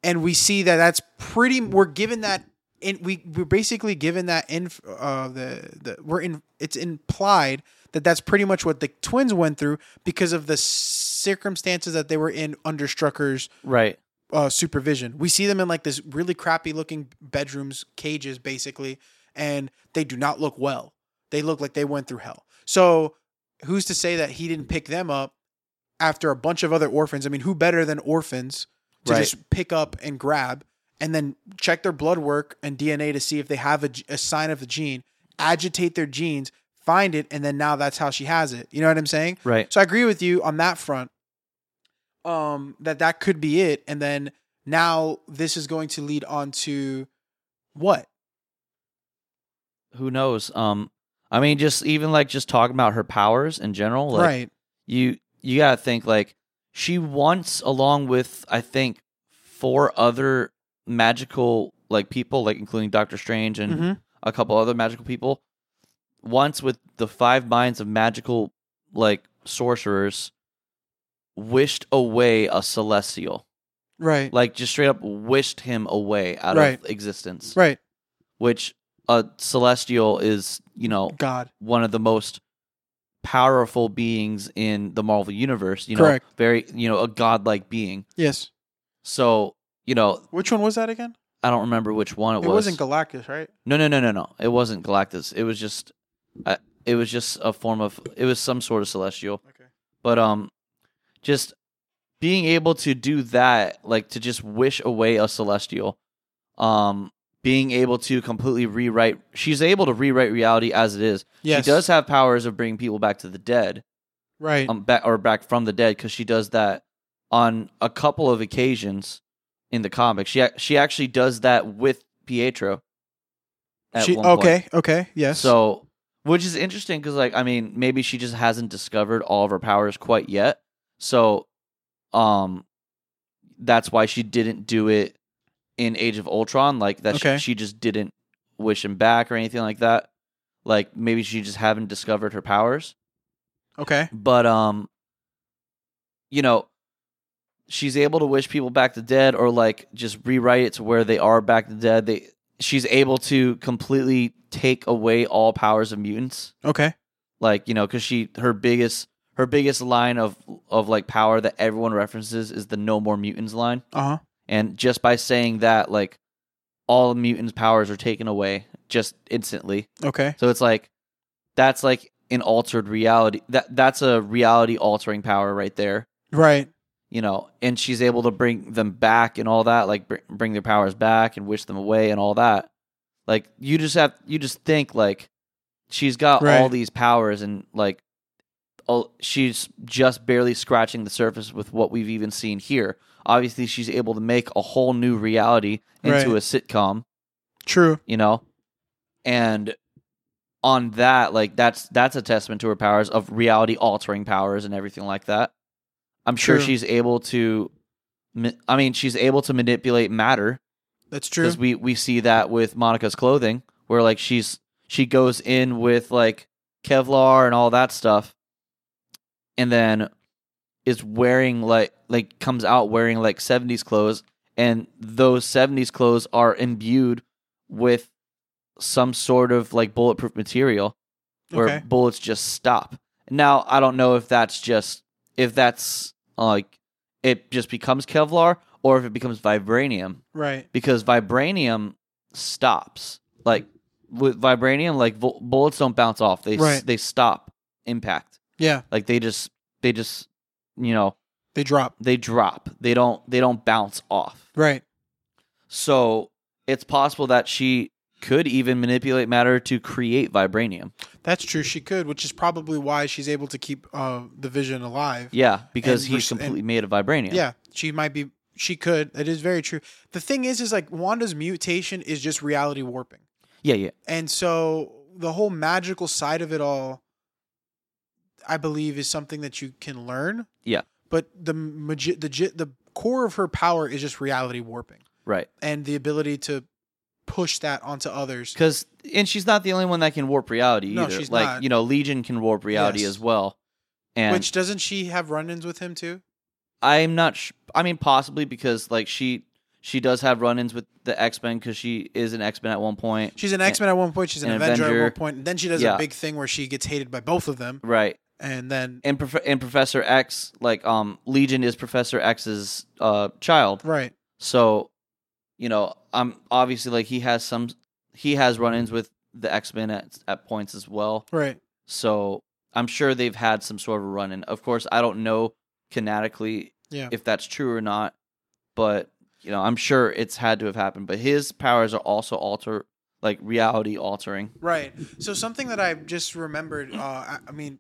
Speaker 3: And we see that that's pretty. We're given that, and we we're basically given that in uh, the the we're in. It's implied that that's pretty much what the twins went through because of the circumstances that they were in under Strucker's
Speaker 2: right
Speaker 3: uh, supervision. We see them in like this really crappy looking bedrooms, cages, basically, and they do not look well. They look like they went through hell. So, who's to say that he didn't pick them up after a bunch of other orphans? I mean, who better than orphans to
Speaker 2: Right.
Speaker 3: just pick up and grab and then check their blood work and DNA to see if they have a, g- a sign of the gene, agitate their genes, find it, and then now that's how she has it. You know what I'm saying?
Speaker 2: right
Speaker 3: So I agree with you on that front. Um, that that could be it, and then now this is going to lead on to what?
Speaker 2: who knows um i mean just even like just talking about her powers in general like
Speaker 3: right,
Speaker 2: you you gotta think like she once along with i think four other magical like people like including doctor strange and
Speaker 3: Mhm.
Speaker 2: a couple other magical people once with the five minds of magical like sorcerers wished away a celestial
Speaker 3: right,
Speaker 2: like just straight up wished him away out
Speaker 3: Right.
Speaker 2: of existence
Speaker 3: right.
Speaker 2: which a celestial is you know
Speaker 3: God,
Speaker 2: one of the most powerful beings in the Marvel universe. You know,
Speaker 3: Correct.
Speaker 2: very you know a godlike being.
Speaker 3: yes.
Speaker 2: So you know,
Speaker 3: Which one was that again?
Speaker 2: I don't remember which one it,
Speaker 3: It,
Speaker 2: was.
Speaker 3: was. not Galactus, right?
Speaker 2: no, no, no, no, no. It wasn't Galactus. It was just, I, it was just a form of. It was some sort of celestial.
Speaker 3: Okay.
Speaker 2: But um, just being able to do that, like to just wish away a celestial, um. Being able to completely rewrite, she's able to rewrite reality as it is.
Speaker 3: Yes,
Speaker 2: She does have powers of bringing people back to the dead,
Speaker 3: Right,
Speaker 2: um, back or back from the dead because she does that on a couple of occasions in the comics. She ac- she actually does that with Pietro. at
Speaker 3: She-
Speaker 2: one point.
Speaker 3: okay, okay, yes.
Speaker 2: So, which is interesting because, like, I mean, maybe she just hasn't discovered all of her powers quite yet. So, um, that's why she didn't do it in Age of Ultron. Like that, she-
Speaker 3: Okay.
Speaker 2: she, just didn't wish him back or anything like that. Like maybe she just haven't discovered her powers.
Speaker 3: okay,
Speaker 2: But um, you know, she's able to wish people back to dead or like just rewrite it to where they are back to dead. They she's able to completely take away all powers of mutants
Speaker 3: okay,
Speaker 2: like you know because she her biggest her biggest line of of like power that everyone references is the no more mutants line
Speaker 3: Uh huh.
Speaker 2: and just by saying that like all mutants powers are taken away just instantly
Speaker 3: Okay.
Speaker 2: so it's like that's like an altered reality that that's a reality altering power right there
Speaker 3: Right.
Speaker 2: you know and she's able to bring them back and all that like br- bring their powers back and wish them away and all that like you just have you just think like she's got all
Speaker 3: Right.
Speaker 2: these powers and like all, she's just barely scratching the surface with what we've even seen here obviously she's able to make a whole new reality into
Speaker 3: Right.
Speaker 2: a sitcom
Speaker 3: True.
Speaker 2: you know and on that like that's that's a testament to her powers of reality altering powers and everything like that i'm sure
Speaker 3: True.
Speaker 2: she's able to ma- i mean she's able to manipulate matter
Speaker 3: That's true.
Speaker 2: because we we see that with monica's clothing where like she's she goes in with like kevlar and all that stuff and then is wearing like like comes out wearing like 70s clothes and those 70s clothes are imbued with some sort of like bulletproof material where
Speaker 3: Okay.
Speaker 2: bullets just stop now i don't know if that's just if that's like it just becomes kevlar or if it becomes vibranium
Speaker 3: Right.
Speaker 2: because vibranium stops like with vibranium like bu- bullets don't bounce off they s-
Speaker 3: Right.
Speaker 2: they stop impact
Speaker 3: Yeah.
Speaker 2: like they just they just you know
Speaker 3: They drop.
Speaker 2: they drop they don't they don't bounce off
Speaker 3: Right.
Speaker 2: so it's possible that she could even manipulate matter to create vibranium
Speaker 3: That's true. She could, which is probably why she's able to keep uh, the vision alive.
Speaker 2: yeah because
Speaker 3: And
Speaker 2: he's
Speaker 3: res- and-
Speaker 2: completely made of vibranium
Speaker 3: Yeah, she might be. She could. That is very true. The thing is, is like Wanda's mutation is just reality warping,
Speaker 2: yeah yeah
Speaker 3: and so the whole magical side of it all, I believe, is something that you can learn.
Speaker 2: Yeah.
Speaker 3: But the magi- the gi- the core of her power is just reality warping
Speaker 2: right
Speaker 3: and the ability to push that onto others.
Speaker 2: because and she's not the only one that can warp reality
Speaker 3: No,
Speaker 2: either
Speaker 3: she's
Speaker 2: like
Speaker 3: not.
Speaker 2: you know legion can warp reality
Speaker 3: Yes.
Speaker 2: as well and
Speaker 3: Which doesn't she have run-ins with him too?
Speaker 2: I'm not. Sh- I mean, possibly because like she she does have run-ins with the X Men because she is an X Men at one point,
Speaker 3: She's an X Men at one point. She's an,
Speaker 2: an
Speaker 3: Avenger, at
Speaker 2: Avenger.
Speaker 3: one point, And then she does
Speaker 2: Yeah.
Speaker 3: a big thing where she gets hated by both of them,
Speaker 2: right?
Speaker 3: and then
Speaker 2: And prof- and Professor X, like um Legion is Professor X's uh child,
Speaker 3: right.
Speaker 2: so you know I'm obviously like he has some he has run-ins with the X Men at at points as well,
Speaker 3: Right.
Speaker 2: so I'm sure they've had some sort of run-in. Of course, I don't know canonically
Speaker 3: Yeah.
Speaker 2: if that's true or not, but you know, I'm sure it's had to have happened. But his powers are also alter like reality altering.
Speaker 3: Right. So something that I just remembered. Uh, I, I mean,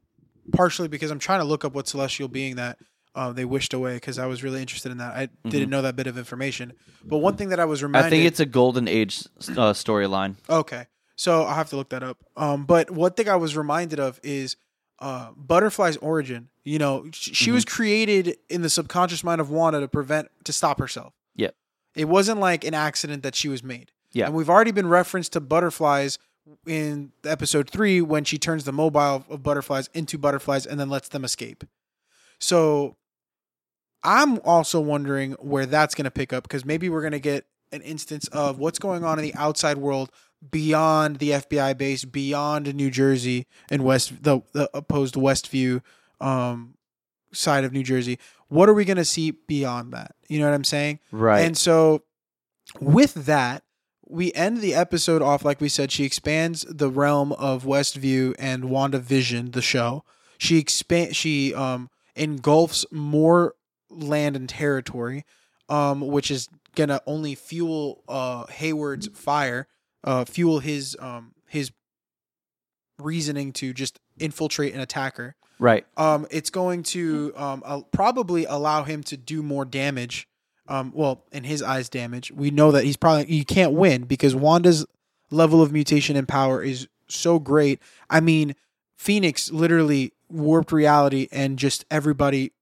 Speaker 3: partially because I'm trying to look up what celestial being that uh, they wished away because I was really interested in that. I didn't know that bit of information. But one thing that I was reminded.
Speaker 2: Mm-hmm. I think it's a golden age uh, storyline.
Speaker 3: okay. So I'll have to look that up. Um, but one thing I was reminded of is uh, Butterfly's origin. You know, sh- she was
Speaker 2: Mm-hmm.
Speaker 3: created in the subconscious mind of Wanda to prevent to stop herself.
Speaker 2: Yep.
Speaker 3: It wasn't like an accident that she was made.
Speaker 2: Yeah.
Speaker 3: And we've already been referenced to butterflies in episode three when she turns the mobile of butterflies into butterflies and then lets them escape. So I'm also wondering where that's going to pick up because maybe we're going to get an instance of what's going on in the outside world beyond the FBI base, beyond New Jersey and West, the, the opposed Westview um, side of New Jersey. What are we going to see beyond that? You know what I'm saying?
Speaker 2: Right.
Speaker 3: And so with that, we end the episode off like we said she expands the realm of Westview and WandaVision the show. She expand she um engulfs more land and territory um which is going to only fuel uh Hayward's fire, uh fuel his um his reasoning to just infiltrate and attack her
Speaker 2: right.
Speaker 3: um, it's going to um, uh, probably allow him to do more damage. Um, well, in his eyes, damage. We know that he's probably you can't win because Wanda's level of mutation and power is so great. I mean, Phoenix literally warped reality and just everybody.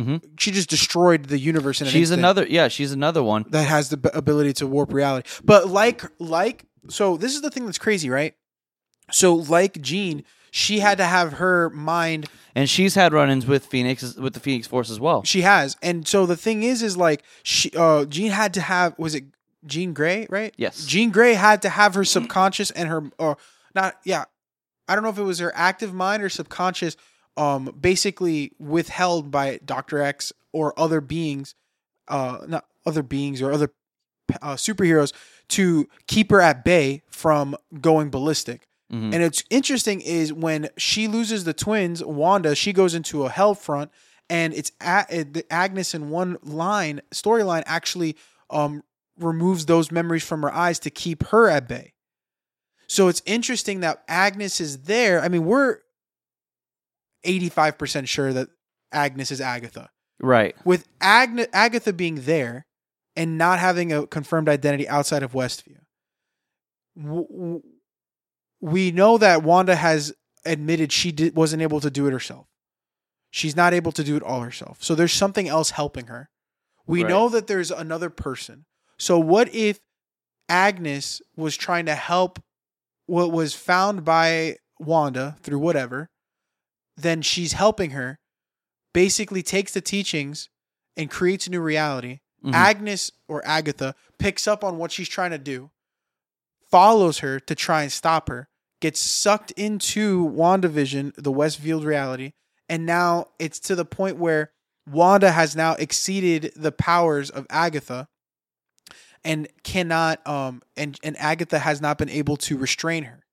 Speaker 2: Mhm.
Speaker 3: She just destroyed the universe in an
Speaker 2: She's
Speaker 3: instant
Speaker 2: another. Yeah, she's another one.
Speaker 3: that has the b- ability to warp reality. But like like so this is the thing that's crazy, right? So like Jean, she had to have her mind
Speaker 2: And she's had run-ins with Phoenix with the Phoenix Force as well.
Speaker 3: She has. And so the thing is, is like she uh Jean had to have was it Jean Grey, right?
Speaker 2: Yes.
Speaker 3: Jean Grey had to have her subconscious and her or uh, not yeah. I don't know if it was her active mind or subconscious, um, basically withheld by Doctor X or other beings, uh, not other beings or other uh, superheroes to keep her at bay from going ballistic.
Speaker 2: Mhm.
Speaker 3: And it's interesting is when she loses the twins, Wanda, she goes into a hell front, and it's a- it- the Agnes in one line storyline actually um, removes those memories from her eyes to keep her at bay. So it's interesting that Agnes is there. I mean, we're eighty five percent sure that Agnes is Agatha
Speaker 2: right.
Speaker 3: with Agna- Agatha being there and not having a confirmed identity outside of Westview, w- w- we know that Wanda has admitted she did- wasn't able to do it herself. She's not able to do it all herself. So there's something else helping her. We
Speaker 2: Right.
Speaker 3: know that there's another person. So what if Agnes was trying to help what was found by Wanda through whatever? Then she's helping her basically takes the teachings and creates a new reality.
Speaker 2: Mhm.
Speaker 3: Agnes or Agatha picks up on what she's trying to do, follows her to try and stop her, gets sucked into WandaVision, the Westfield reality, and now it's to the point where Wanda has now exceeded the powers of Agatha and cannot um and, and Agatha has not been able to restrain her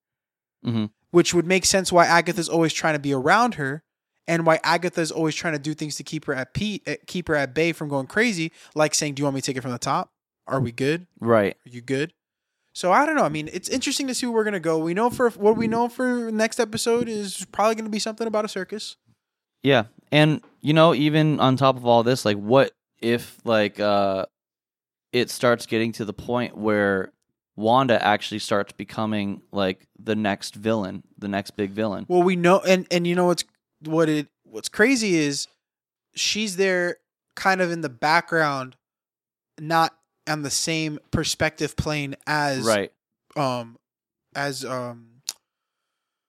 Speaker 2: Mhm.
Speaker 3: which would make sense why Agatha's always trying to be around her and why Agatha's always trying to do things to keep her at pe- uh, keep her at bay from going crazy, like saying, "Do you want me to take it from the top? Are we good?
Speaker 2: Right.
Speaker 3: Are you good?" So I don't know. I mean, it's interesting to see where we're gonna go. We know for what we know for next episode is probably gonna be something about a circus.
Speaker 2: Yeah. And you know, even on top of all this, like what if like uh it starts getting to the point where Wanda actually starts becoming like the next villain, the next big villain.
Speaker 3: Well, we know, and and you know what's what it what's crazy is she's there kind of in the background, not on the same perspective plane as
Speaker 2: right.
Speaker 3: um as um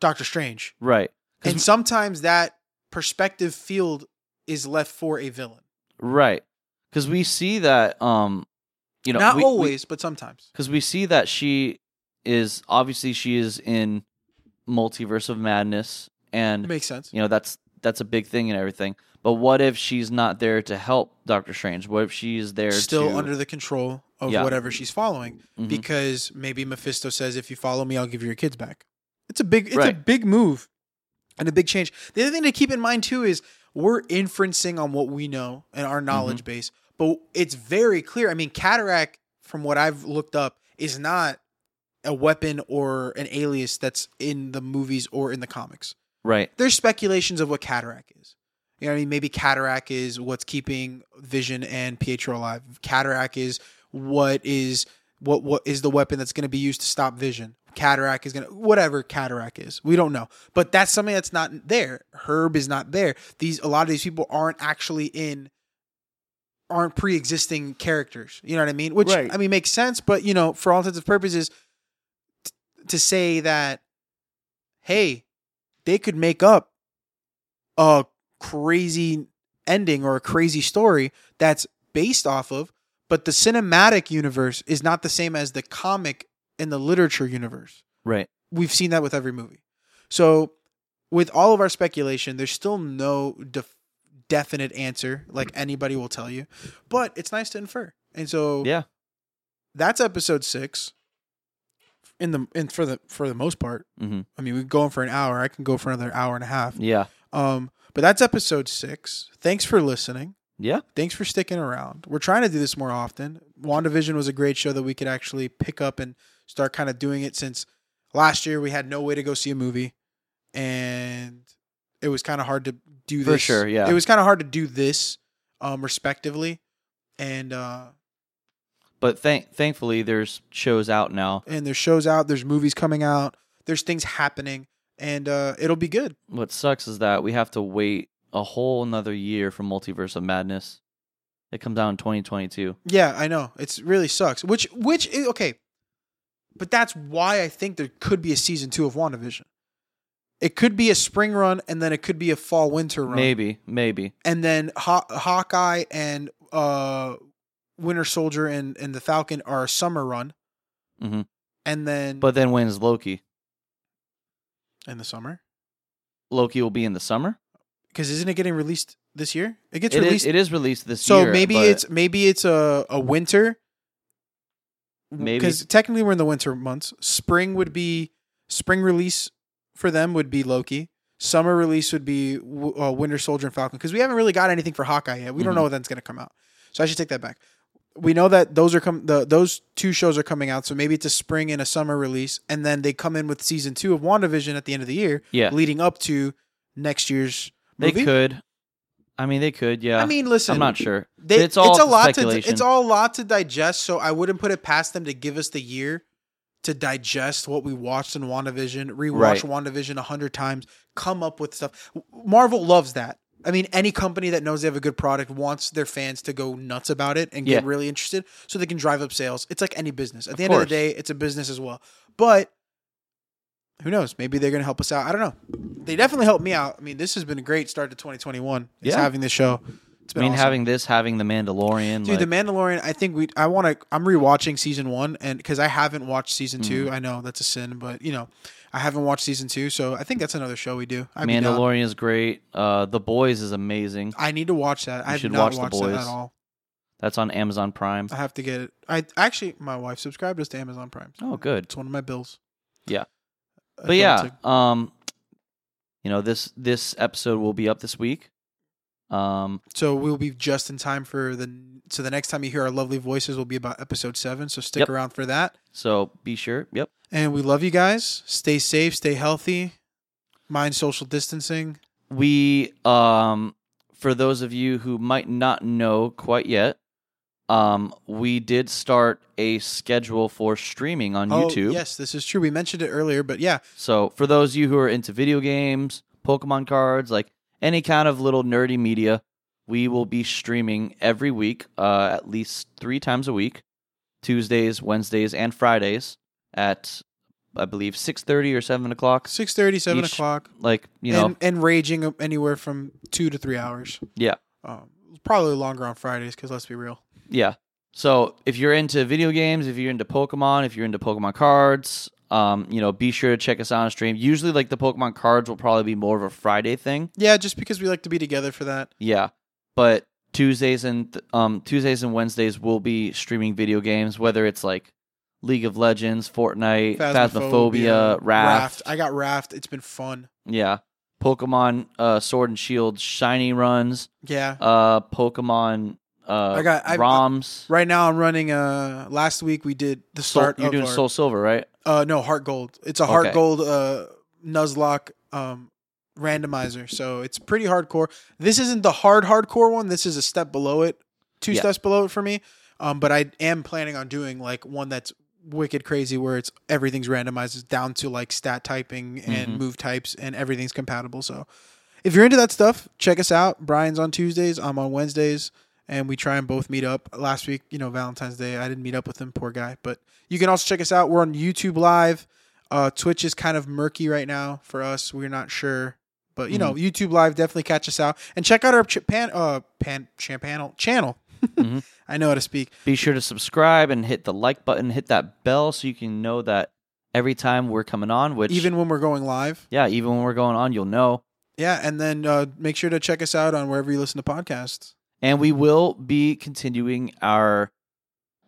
Speaker 3: Doctor Strange.
Speaker 2: Right. 'Cause
Speaker 3: And sometimes that perspective field is left for a villain.
Speaker 2: Right. Cuz we see that um you know,
Speaker 3: Not
Speaker 2: we- we-
Speaker 3: always, but sometimes.
Speaker 2: because we see that she is obviously she is in multiverse of madness and
Speaker 3: Makes sense.
Speaker 2: you know that's that's a big thing and everything but what if she's not there to help doctor strange what if she is there
Speaker 3: Still
Speaker 2: to,
Speaker 3: under the control of
Speaker 2: Yeah.
Speaker 3: whatever she's following
Speaker 2: Mhm.
Speaker 3: because maybe Mephisto says if you follow me I'll give you your kids back. It's a big it's a
Speaker 2: Right.
Speaker 3: big move and a big change. The other thing to keep in mind too is we're inferencing on what we know and
Speaker 2: Mm-hmm.
Speaker 3: our knowledge base, but it's very clear. I mean, cataract from what I've looked up is not a weapon or an alias that's in the movies or in the comics.
Speaker 2: right
Speaker 3: There's speculations of what cataract is. You know what I mean? Maybe cataract is what's keeping Vision and Pietro alive. Cataract is what is what what is the weapon that's going to be used to stop Vision. Cataract is going to whatever cataract is. We don't know, but that's something that's not there. Herb is not there. These a lot of these people aren't actually in aren't pre-existing characters. You know what I mean? Which
Speaker 2: Right.
Speaker 3: I mean makes sense, but you know, for all intents and purposes, t- to say that hey, they could make up a crazy ending or a crazy story that's based off of, but the cinematic universe is not the same as the comic and the literature universe.
Speaker 2: right
Speaker 3: We've seen that with every movie. So, with all of our speculation, there's still no def- definite answer, like anybody will tell you, but it's nice to infer. And so,
Speaker 2: yeah
Speaker 3: that's episode six. In the in for the for the most part,
Speaker 2: Mhm.
Speaker 3: I mean, we go on for an hour. I can go for another hour and a half.
Speaker 2: yeah
Speaker 3: Um, but that's episode six. Thanks for listening.
Speaker 2: yeah
Speaker 3: Thanks for sticking around. We're trying to do this more often. WandaVision was a great show that we could actually pick up and start kind of doing it since last year we had no way to go see a movie and it was kind of hard to do this.
Speaker 2: For sure, yeah.
Speaker 3: It was kind of hard to do this um respectively and uh
Speaker 2: but thank thankfully there's shows out now
Speaker 3: and there's shows out, there's movies coming out, there's things happening and uh it'll be good.
Speaker 2: what sucks is that we have to wait a whole another year for multiverse of madness it comes out in 2022
Speaker 3: Yeah, I know. It's really sucks. Which which is okay. But that's why I think there could be a season 2 of WandaVision. It could be a spring run and then it could be a fall winter run.
Speaker 2: maybe maybe
Speaker 3: And then Haw- Hawkeye and uh Winter Soldier and and the Falcon are a summer run.
Speaker 2: Mhm.
Speaker 3: And then
Speaker 2: but then when's loki
Speaker 3: in the summer?
Speaker 2: Loki will be in the summer.
Speaker 3: Because isn't it getting released this year? It gets
Speaker 2: It is-
Speaker 3: released.
Speaker 2: it is released this
Speaker 3: so
Speaker 2: year.
Speaker 3: maybe
Speaker 2: but
Speaker 3: it's maybe it's a a winter.
Speaker 2: Maybe.
Speaker 3: because technically we're in the winter months. Spring would be spring release for them would be Loki. Summer release would be w- uh, Winter Soldier and Falcon because we haven't really got anything for Hawkeye yet.
Speaker 2: Mm-hmm.
Speaker 3: We don't know when that's going to come out. So I should take that back. We know that those are com- the those two shows are coming out. So maybe it's a spring and a summer release, and then they come in with season two of WandaVision at the end of the year,
Speaker 2: yeah,
Speaker 3: leading up to next year's
Speaker 2: they
Speaker 3: movie.
Speaker 2: could. I mean, they could. Yeah,
Speaker 3: I mean, listen,
Speaker 2: I'm not sure.
Speaker 3: they,
Speaker 2: it's all
Speaker 3: a lot to
Speaker 2: speculation.
Speaker 3: it's all a lot to digest. So I wouldn't put it past them to give us the year to digest what we watched in WandaVision, rewatch
Speaker 2: Right.
Speaker 3: WandaVision a hundred times, come up with stuff. Marvel loves that. I mean, any company that knows they have a good product wants their fans to go nuts about it and get
Speaker 2: Yeah.
Speaker 3: really interested, so they can drive up sales. It's like any business. At
Speaker 2: Of
Speaker 3: the end of
Speaker 2: course.
Speaker 3: the day, it's a business as well. But who knows? Maybe they're going to help us out. I don't know. They definitely helped me out. I mean, this has been a great start to 2021. It's
Speaker 2: Yeah.
Speaker 3: having this show. It's
Speaker 2: I
Speaker 3: been
Speaker 2: mean,
Speaker 3: awesome.
Speaker 2: having this, having the Mandalorian,
Speaker 3: Dude,
Speaker 2: like,
Speaker 3: The Mandalorian. I think we. I want to. I'm rewatching season one, and because I haven't watched season two,
Speaker 2: Mm-hmm.
Speaker 3: I know that's a sin, but you know, I haven't watched season two, so I think that's another show we do. I Mandalorian.
Speaker 2: Mandalorian is great. Uh, the Boys is amazing.
Speaker 3: I need to watch that. I have
Speaker 2: should
Speaker 3: not
Speaker 2: watch The
Speaker 3: watched that
Speaker 2: Boys.
Speaker 3: at all.
Speaker 2: That's on Amazon Prime.
Speaker 3: I have to get it. I actually, my wife subscribed us to Amazon Prime. so
Speaker 2: Oh, good.
Speaker 3: It's one of my bills.
Speaker 2: Yeah.
Speaker 3: I
Speaker 2: but
Speaker 3: feel
Speaker 2: yeah,
Speaker 3: it's
Speaker 2: um, you know this this episode will be up this week. Um,
Speaker 3: a- so we'll be just in time for the. So the next time you hear our lovely voices will be about episode seven. So stick
Speaker 2: Yep.
Speaker 3: around for that.
Speaker 2: so be sure. Yep.
Speaker 3: And we love you guys. Stay safe. Stay healthy. Mind social distancing.
Speaker 2: we um for those of you who might not know quite yet um we did start a schedule for streaming on youtube
Speaker 3: Oh, Yes, this is true. We mentioned it earlier, but yeah,
Speaker 2: so for those of you who are into video games pokemon cards like any kind of little nerdy media we will be streaming every week uh at least three times a week tuesdays wednesdays and fridays at i believe 6.30 or 7 o'clock
Speaker 3: 6.30, 7
Speaker 2: Each,
Speaker 3: o'clock,
Speaker 2: like you know
Speaker 3: and, and raging anywhere from two to three hours.
Speaker 2: Yeah.
Speaker 3: Um, probably longer on Fridays because let's be real.
Speaker 2: Yeah. So if you're into video games, if you're into Pokemon, if you're into Pokemon cards, um, you know, be sure to check us out on stream. Usually, like the Pokemon cards will probably be more of a Friday thing.
Speaker 3: Yeah, just because we like to be together for that.
Speaker 2: Yeah, but Tuesdays and th- um Tuesdays and Wednesdays will be streaming video games, whether it's like League of Legends, Fortnite, Phasmophobia, Raft,
Speaker 3: I got Raft. It's been fun.
Speaker 2: yeah, Pokemon uh, Sword and Shield, Shiny runs,
Speaker 3: Yeah.
Speaker 2: uh, Pokemon uh,
Speaker 3: I got- I-
Speaker 2: ROMs.
Speaker 3: Right now I'm running, uh, last week we did the
Speaker 2: Soul-
Speaker 3: start
Speaker 2: you're
Speaker 3: of
Speaker 2: doing
Speaker 3: our-
Speaker 2: Soul Silver, right?
Speaker 3: uh, no, Heart Gold. It's a Heart
Speaker 2: Okay.
Speaker 3: Gold, uh, Nuzlocke, um, randomizer. So it's pretty hardcore. This isn't the hard hardcore one. This is a step below it, two
Speaker 2: Yeah.
Speaker 3: steps below it for me. Um, but I am planning on doing like one that's wicked crazy where it's everything's randomized it's down to like stat typing and
Speaker 2: Mhm.
Speaker 3: move types and everything's compatible. So if you're into that stuff, check us out. Brian's on Tuesdays. I'm on Wednesdays. And we try and both meet up. Last week, you know, Valentine's Day, I didn't meet up with him, poor guy. But you can also check us out. We're on YouTube Live. Uh, Twitch is kind of murky right now for us. We're not sure, but you know, YouTube Live definitely catch us out and check out our ch- pan, uh, pan, chan panel channel.
Speaker 2: Mhm.
Speaker 3: I know how to speak.
Speaker 2: Be sure to subscribe and hit the like button, hit that bell so you can know that every time we're coming on, which
Speaker 3: Even when we're going live,
Speaker 2: yeah, even when we're going on, you'll know.
Speaker 3: yeah. And then uh, make sure to check us out on wherever you listen to podcasts.
Speaker 2: And we will be continuing our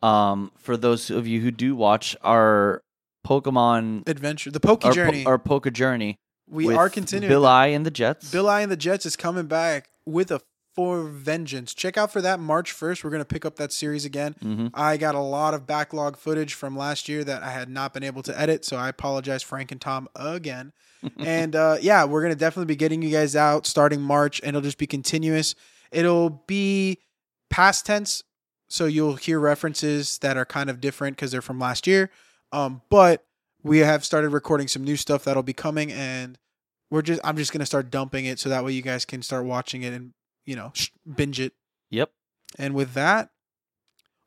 Speaker 2: um for those of you who do watch our Pokemon
Speaker 3: Adventure, the Poke
Speaker 2: our,
Speaker 3: Journey.
Speaker 2: Po- our Poke Journey.
Speaker 3: we
Speaker 2: with
Speaker 3: are continuing.
Speaker 2: Bill I and the Jets.
Speaker 3: Bill I and the Jets is coming back with a for vengeance. Check out for that March 1st. We're going to pick up that series again.
Speaker 2: hmm
Speaker 3: I got a lot of backlog footage from last year that I had not been able to edit, so I apologize, Frank and Tom, again. and uh, yeah, we're gonna definitely be getting you guys out starting March, and it'll just be continuous. It'll be past tense, so you'll hear references that are kind of different because they're from last year. Um, but we have started recording some new stuff that'll be coming, and we're just I'm just gonna start dumping it so that way you guys can start watching it and you know sh- binge it.
Speaker 2: Yep.
Speaker 3: And with that,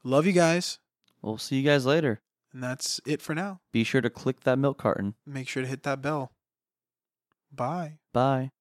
Speaker 3: love you guys.
Speaker 2: We'll see you guys later.
Speaker 3: And that's it for now.
Speaker 2: Be sure to click that milk carton.
Speaker 3: Make sure to hit that bell. Bye.
Speaker 2: Bye.